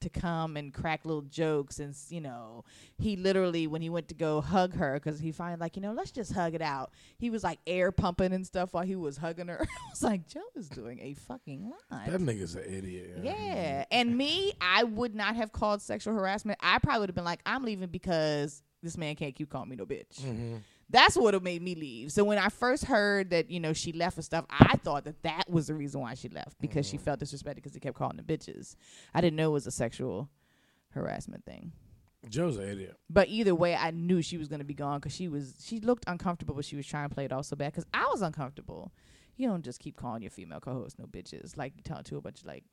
to come and crack little jokes and s- you know he literally when he went to go hug her because he finally like you know let's just hug it out he was like air pumping and stuff while he was hugging her i was like joe is doing a fucking lot That nigga's an idiot. yeah. And me, I would not have called sexual harassment. I probably would have been like, I'm leaving because this man can't keep calling me no bitch. Mm-hmm. That's what have made me leave. So when I first heard that, you know, she left and stuff, I thought that that was the reason why she left because she felt disrespected because he kept calling them bitches. I didn't know it was a sexual harassment thing. Joe's an idiot. But either way, I knew she was going to be gone because she was she looked uncomfortable, but she was trying to play it all so bad because I was uncomfortable. You don't just keep calling your female co-host no bitches like you talk to a bunch of like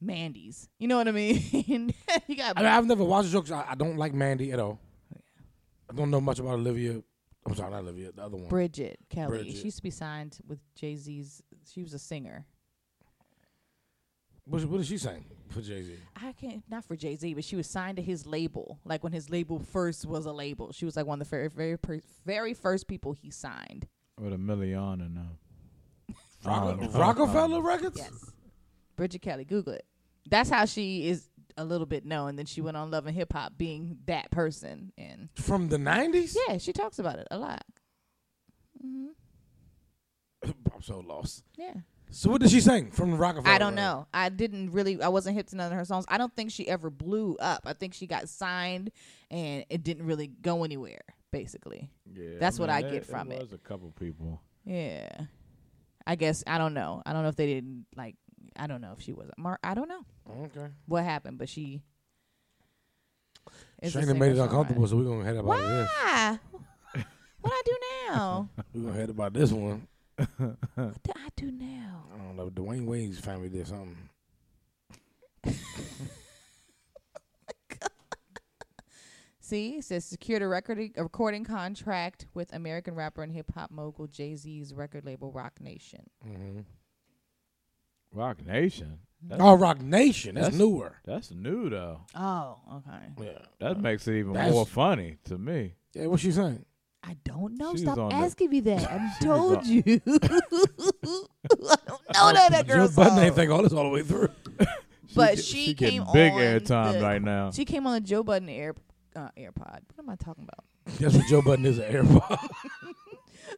Mandy's. You know what I mean? you got I mean, I've never watched the jokes. I, I don't like Mandy at all. I don't know much about Olivia. I'm sorry, not Olivia, the other one. Bridget Kelly. Bridget. She used to be signed with Jay Z's. She was a singer. What, what did she sing for Jay Z? I can't not for Jay Z, but she was signed to his label. Like when his label first was a label, she was like one of the very very per- very first people he signed. With a million and uh, Rocke- um, Rockefeller Records? Yes. Bridget Kelly, Google it. That's how she is a little bit known. Then she went on Love and Hip Hop being that person. And From the 90s? yeah, she talks about it a lot. Mm-hmm. I'm so lost. Yeah. So what did she sing from the Rockefeller? I don't Records? know. I didn't really, I wasn't hip to none of her songs. I don't think she ever blew up. I think she got signed and it didn't really go anywhere, basically. yeah, That's what mean, I there- get from there it. was a couple people. Yeah. I guess, I don't know. I don't know if they didn't, like, I don't know if she wasn't. Mar- I don't know Okay. what happened, but she. is a Shayna made it singer-songwriter. uncomfortable, so we're going to head about this. Why? what I do now? We're going to head about this one. what do I do now? I don't know. Dwayne Wade's family did something. See, it says secured a record e, a recording contract with American rapper and hip hop mogul Jay Z's record label Rock Nation. Mm-hmm. Rock Nation. That's, Oh, Rock Nation. That's, That's- newer. that's new though. Oh, okay. Yeah. That makes it even Uh, That's- more funny to me. Yeah, what's she saying? I don't know. She's Stop on the- asking me that. I She's told on- you. I don't know that that Joe girl's Budden song. ain't think all this all the way through. But get- she getting came big on airtime the- right Uh-huh. now. She came on the Joe Budden Air uh, AirPod. What am I talking about? That's what Joe Budden is an AirPod.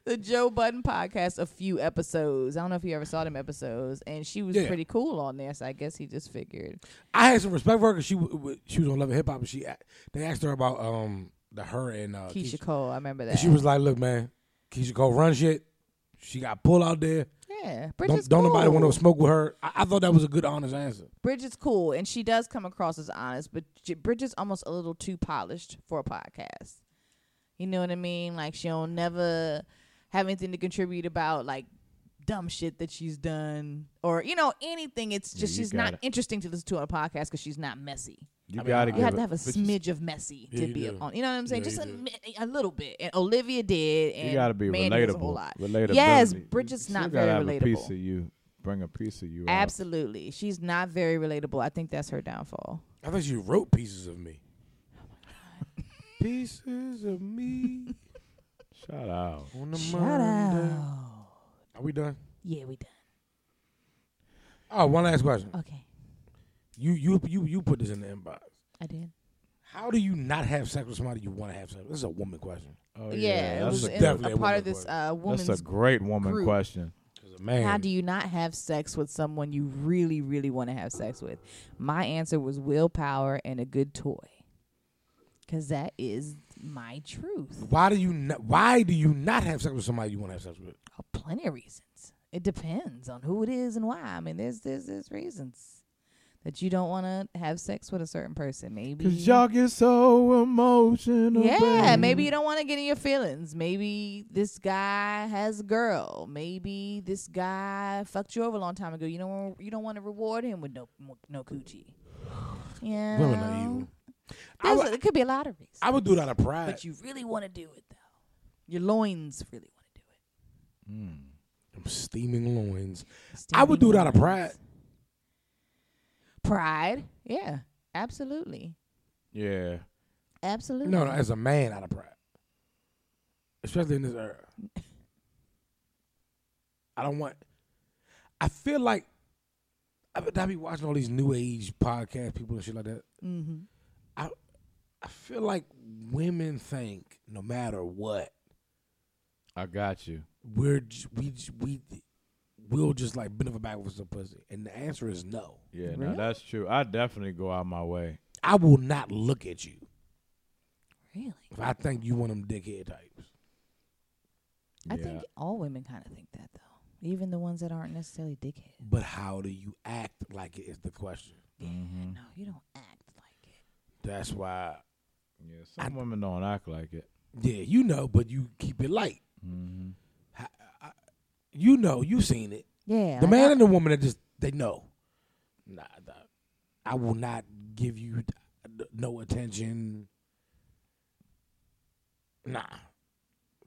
The Joe Budden podcast. A few episodes. I don't know if you ever saw them episodes, and she was Yeah. pretty cool on there. So I guess he just figured. I had some respect for her because she w- w- she was on Love and Hip Hop and she a- they asked her about um the her and uh, Keisha Cole. I remember that. And she was like, "Look, man, Keisha Cole run shit. She got pulled out there. yeah. Bridget's Don't, don't nobody cool. want to smoke with her." I, I thought that was a good, honest answer. Bridget's cool, and she does come across as honest, but J- Bridget's almost a little too polished for a podcast. You know what I mean? Like she don't never have anything to contribute about like dumb shit that she's done or you know anything. It's just you she's not gotta- interesting to listen to on a podcast because she's not messy. You I mean, gotta I- give You have it- to have a but smidge of messy Yeah, to you be do. on. You know what I'm saying? Yeah, Just you a, do. mi- a little bit. And Olivia did. You, And gotta be Mandy was relatable. A whole lot. Relatability. Yes, You- you Bridget's still not gotta very have A piece relatable. of you. Bring a piece of you. out. Absolutely, she's not very relatable. I think that's her downfall. I think she wrote pieces of me. Pieces of me Shout out. on the Shout Monday. out. Are we done? Yeah, we done. Oh, one last question. Okay, You you you you put this in the inbox. I did. How do you not have sex with somebody you want to have sex? with? This is a woman question. Oh yeah, it that's was a, in definitely a a part woman of this question. uh, that's woman's. a great woman group. question. Because man, How do you not have sex with someone you really, really want to have sex with? My answer was willpower and a good toy, because that is my truth. Why do you not? Why do you not have sex with somebody you want to have sex with? Oh, plenty of reasons. It depends on who it is and why. I mean, there's there's there's reasons that you don't want to have sex with a certain person. Maybe Cause y'all get so emotional. Yeah, baby. maybe you don't want to get in your feelings. Maybe this guy has a girl. Maybe this guy fucked you over a long time ago. You don't want, you don't want to reward him with no no coochie. Yeah, Women are evil. I There's would, a- it could be a lot of reasons, I would do it out of pride. but you really want to do it though. Your loins really want to do it. Mm. I'm steaming loins. I would do it out of Steaming pride. Pride, yeah, absolutely, Yeah. absolutely. No, no, as a man, out of pride. Especially in this era. I don't want. I feel like I, be- I be watching all these new age podcast people and shit like that. hmm I I feel like women think no matter what I got you. we're j- we j- we we'll just like bend over backwards for some pussy, and the answer is no. Yeah, no, Really? that's true. I definitely go out my way. I will not look at you Really, if I think you one of them dickhead types. I yeah. think all women kind of think that though, even the ones that aren't necessarily dickheads. But how do you act like it is the question. Mm-hmm. No, you don't act like it. That's why. Yeah, some women don't act like it. Yeah, you know, but you keep it light. Mm-hmm. You know, you seen it. Yeah. the man and the woman that just they know. Nah, nah, I will not give you th- no attention. Nah,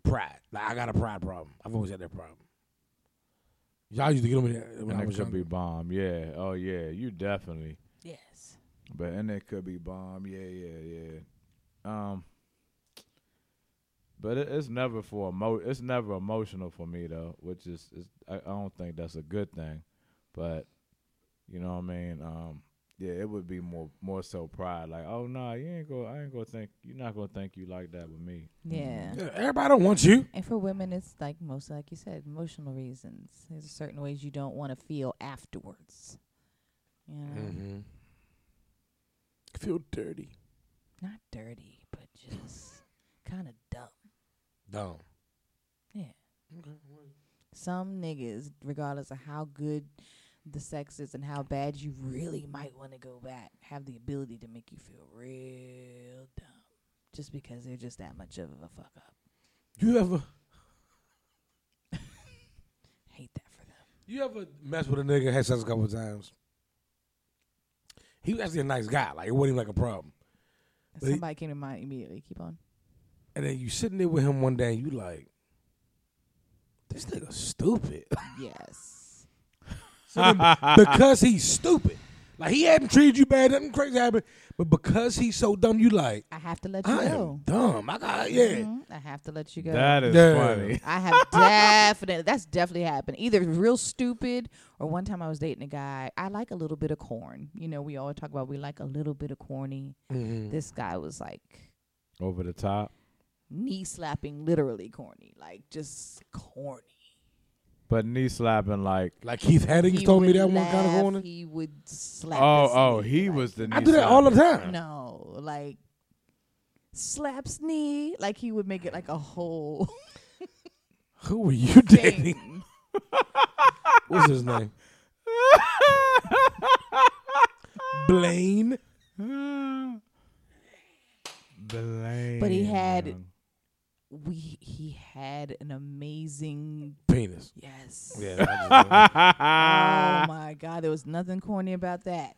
pride. Like I got a pride problem. I've always had that problem. Y'all used to get on me that when and I it was could younger. be bomb. Yeah. Oh yeah. You definitely. yes. But and it could be bomb. Yeah, yeah, yeah. Um. But it, it's never for emo- It's never emotional for me though, which is, is I, I don't think that's a good thing. But you know what I mean. Um. Yeah, it would be more more so pride. Like, oh no, nah, you ain't go. I ain't gonna think. You're not gonna think you like that with me. Yeah. Yeah, everybody don't want you. And for women, it's like mostly, like you said, emotional reasons. There's certain ways you don't want to feel afterwards. You know, Mm-hmm. I feel dirty. not dirty, but just kind of dumb. Dumb. Yeah. Some niggas, regardless of how good the sex is and how bad you really might want to go back, have the ability to make you feel real dumb just because they're just that much of a fuck up. You ever Hate that for them. you ever mess with a nigga had sex a couple times? He was actually a nice guy. Like it wasn't even like a problem. But he- Somebody came to mind immediately. Keep on. And then you sitting there with him one day, and you like, this nigga stupid. Yes. So then, because he's stupid, like he hadn't treated you bad, nothing crazy happened, but because he's so dumb, you like, I have to let you I am go. dumb. I got yeah. Mhm. I have to let you go. That is Yeah. funny. I have definitely that's definitely happened. Either real stupid or one time I was dating a guy. I like a little bit of corn. You know, we always talk about we like a little bit of corny. Mm-hmm. This guy was like Over the top. knee slapping, literally corny, like just corny. But knee slapping like Like Keith Haddings He told me would that one kind of laugh, morning. He would slap. Oh, his oh, knee, he like, was the knee I do that all the time. No, like slaps knee. Like he would make it like a whole Who were you dating? thing. What's his name? Blaine. time. Blame. But he had- we he had an amazing Penis. yes. Yeah. I Oh my god, there was nothing corny about that.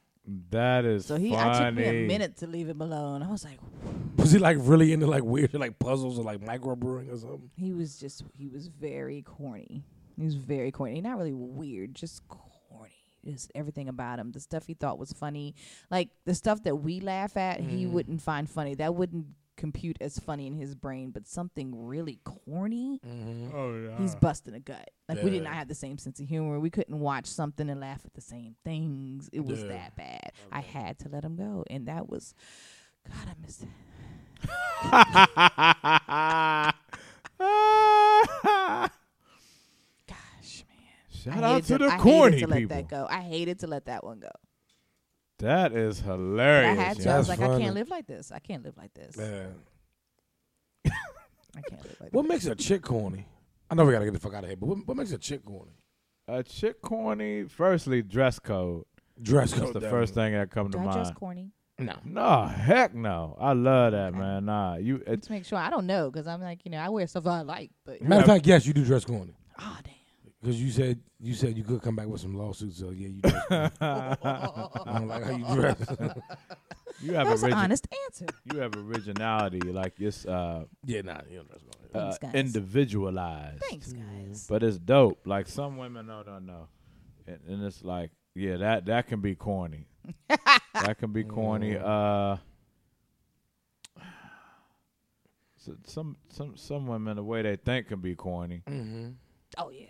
that is So he, funny. I took me a minute to leave him alone. I was like, just- was he like really into like weird like puzzles or like microbrewing or something? he was just, he was very corny. He was very corny. Not really weird, just corny. Just everything about him. The stuff he thought was funny, like the stuff that we laugh at, he wouldn't find funny. That wouldn't compute as funny in his brain. But something really corny, Oh, yeah. he's busting a gut. Like we did Yeah. not have the same sense of humor. We couldn't watch something and laugh at the same things. It was Yeah. that bad. I had to let him go, and that was, God, I miss that. Gosh, man. Shout I out hated to the I hated corny to let people. That go. I hated to let that one go. that is But hilarious. I had to. yo. I That's was like, I funny. can't live like this. I can't live like this. Yeah. I can't live like What this. makes a chick corny? I know we gotta get the fuck out of here, but what, what makes a chick corny? a chick corny. Firstly, dress code. Dress That's code. the first thing that come Do to I dress mind. corny? No. No, heck no. I love that, Okay. man. Nah, you. It's Let's make sure. I don't know because I'm like, you know, I wear stuff I like, but Matter of fact, yes, you do dress corny oh damn. because you said you said you could come back with some lawsuits. So yeah, you. Dress corny. I don't like how you dress. you have That was an origi- honest answer. you have originality. Like it's uh, yeah, nah, you don't dress corny. uh Thanks, guys. individualized. Thanks, guys. But it's dope. Like some women, no, no, no, and, and it's like, yeah, that that can be corny. that can be corny. Uh, so some some some women, the way they think can be corny. Mm-hmm. Oh yeah.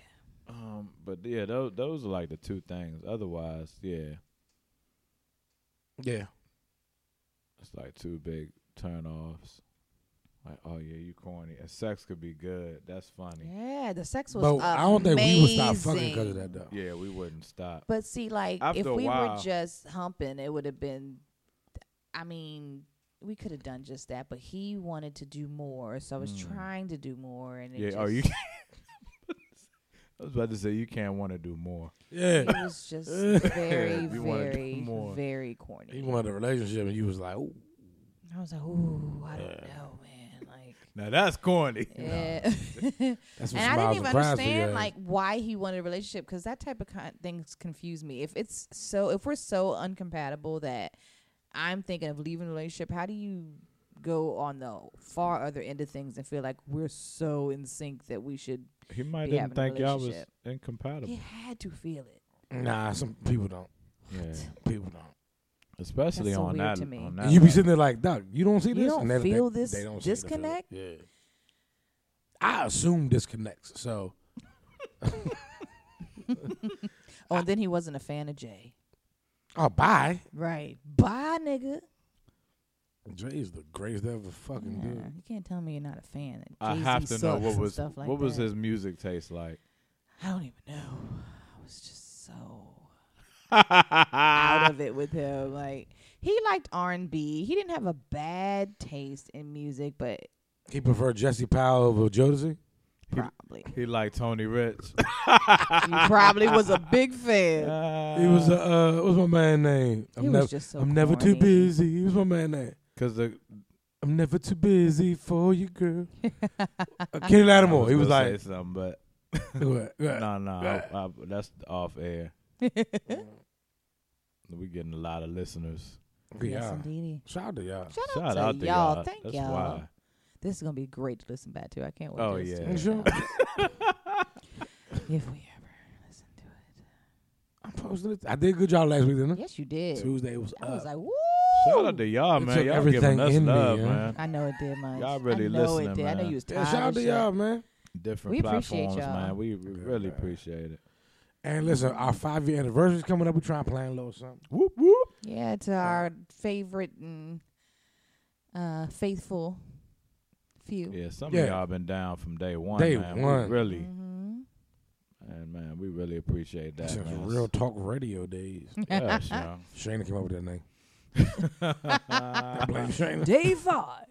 Um, but yeah, those those are like the two things. Otherwise, yeah, Yeah. it's like two big turnoffs. Like, oh yeah, you corny. And sex could be good. That's funny. Yeah, the sex was. But I don't think we would stop fucking because of amazing. that though. Yeah, we wouldn't stop. But see, like After if a we while. were just humping, it would have been. I mean, we could have done just that, but he wanted to do more, so I was trying to do more, and it Mm. yeah. just, Oh, you. can't- I was about to say you can't want to do more. Yeah. It was just very, We wanna do very, more. very He corny. wanted a relationship, and you was like, "Ooh, I was like, ooh, I don't know, man. Like, Now that's corny. yeah. that's what and I Smiles didn't even Price did, understand yeah. like why he wanted a relationship because that type of con- things confuse me. If it's so, if we're so uncompatible that I'm thinking of leaving a relationship, how do you go on the far other end of things and feel like we're so in sync that we should? He might Be didn't having a think y'all was relationship. incompatible. He had to feel it. Nah, some people don't. Yeah, People don't. especially That's so on weird that. to me. On that And you be level. sitting there like, "Doc, you don't see You this? don't And they- they- feel this they don't seem to feel it. disconnect? Yeah. I assume disconnects. So Oh, and then he wasn't a fan of Jay. oh, bye. Right. Bye, nigga. Dre is the greatest ever fucking Nah, dude. you can't tell me you're not a fan. and I Jay-Z have to know sucks what and was stuff like what was that. his music taste like. I don't even know. I was just so out of it with him. Like he liked R and B. He didn't have a bad taste in music, but He preferred Jesse Powell over Jodeci. probably He liked Tony Rich. he probably was a big fan. Uh, He was a uh, what was my man name? I'm He was never, just so I'm never too corny. busy. He was my man name. because the I'm never too busy for you, girl. uh, Kenny Lattimore. I he was gonna like, say something, but what, what? no, no, Right. I- I- that's off air. we getting a lot of listeners. Yes, Yeah. indeed. Shout out to y'all. Shout, Shout out, out to to y'all. y'all. Thank That's y'all. why. This is gonna be great to listen back to. I can't wait. Oh, to listen yeah. to it Sure. all. if we ever listen to it. I posted it. I did good job last week, didn't I? Yes, you did. Tuesday was I was up. like, woo. Shout out to y'all, It man. took Y'all everything giving us in me, love, yeah. man. I know it did, Mike. Y'all really I know listening, it did. I know man. you was tired. yeah, shout out as to shit. y'all, man. Different We appreciate platforms, y'all. man. We we really appreciate it. And listen, our five year anniversary is coming up. We trying to plan a little something. Whoop whoop. Yeah, to our favorite and uh, faithful few. Yeah, some Yeah. of y'all been down from day one, Day man. one. We really, Mm-hmm. and man, we really appreciate that. Since man. real talk radio days. Yes, y'all. Shayna came up with that name. Uh, I blame Shayna. Day five.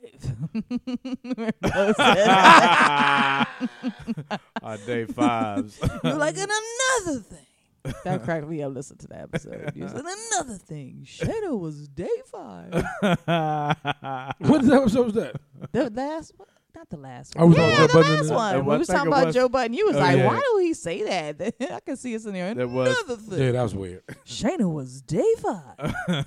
our day fives. You're like, and another thing. That cracked me up. Listen to that episode. You said another thing. Shadow was day five. what is that episode was that? the last one. Not the last I one. was yeah, on Joe the Budden and- last and one. what We was thing talking it about was- Joe Button. You was Oh, like, yeah. why do he say that? I can see us in there. That Another was- thing. Yeah, that was weird. Shayna was day five.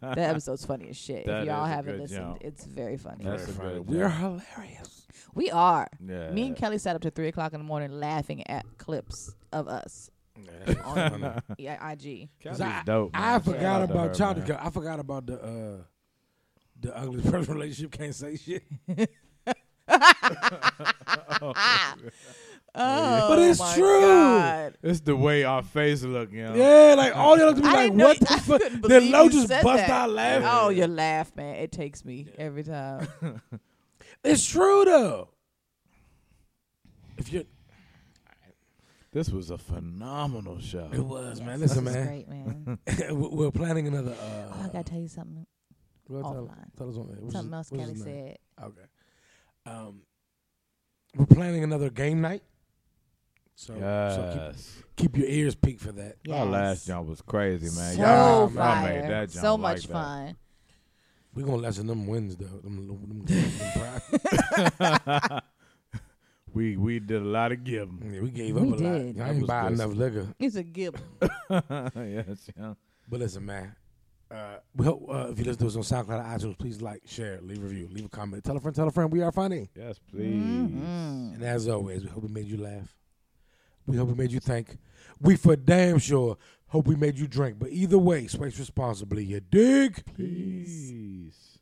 that episode's funny as shit. That if y'all is a haven't good listened, jump. it's very funny. That's a good We're job. hilarious. we are. Yeah. Me and Kelly sat up to three o'clock in the morning laughing at clips of us. I, Yeah, IG. Kelly's I- dope. man. I Oh Shout forgot out to about her, child. man. I forgot about the uh, the ugly person relationship can't say shit. Oh, But it's my true. God. It's the way our face look, you know. Yeah, like all the other people I like, didn't know- what I the fuck? couldn't Then believe Lo you just said bust that. out laughing. Oh, your laugh, man. It takes me every time. It's true though. If you, This was a phenomenal show. it was man. This Listen, is man. great, man. We- We're planning another. Oh, I Uh, gotta tell you something. we'll tell, offline. tell us what- what's something his- what's else Kelly his name? said. Okay. Um, we're planning another game night. So, so Yes. keep, keep your ears peaked for that. Our last jump was crazy, man. So y'all, man. y'all fire. made that jump so like much that. fun. We're gonna lessen them wins though. Them, them, them, them pride. We we did a lot of giving. yeah, we gave up We a did. lot. I That ain't was buy good. enough liquor. It's a gift. yes, yeah. But listen, man. Uh, we hope uh, if you listen to us on SoundCloud, iTunes, please like, share, leave a review, leave a comment, tell a friend, tell a friend. We are funny, Yes, please. Mm-hmm. and as always, we hope we made you laugh. We hope we made you think. We for damn sure hope we made you drink. But either way, space responsibly. You dig? Peace.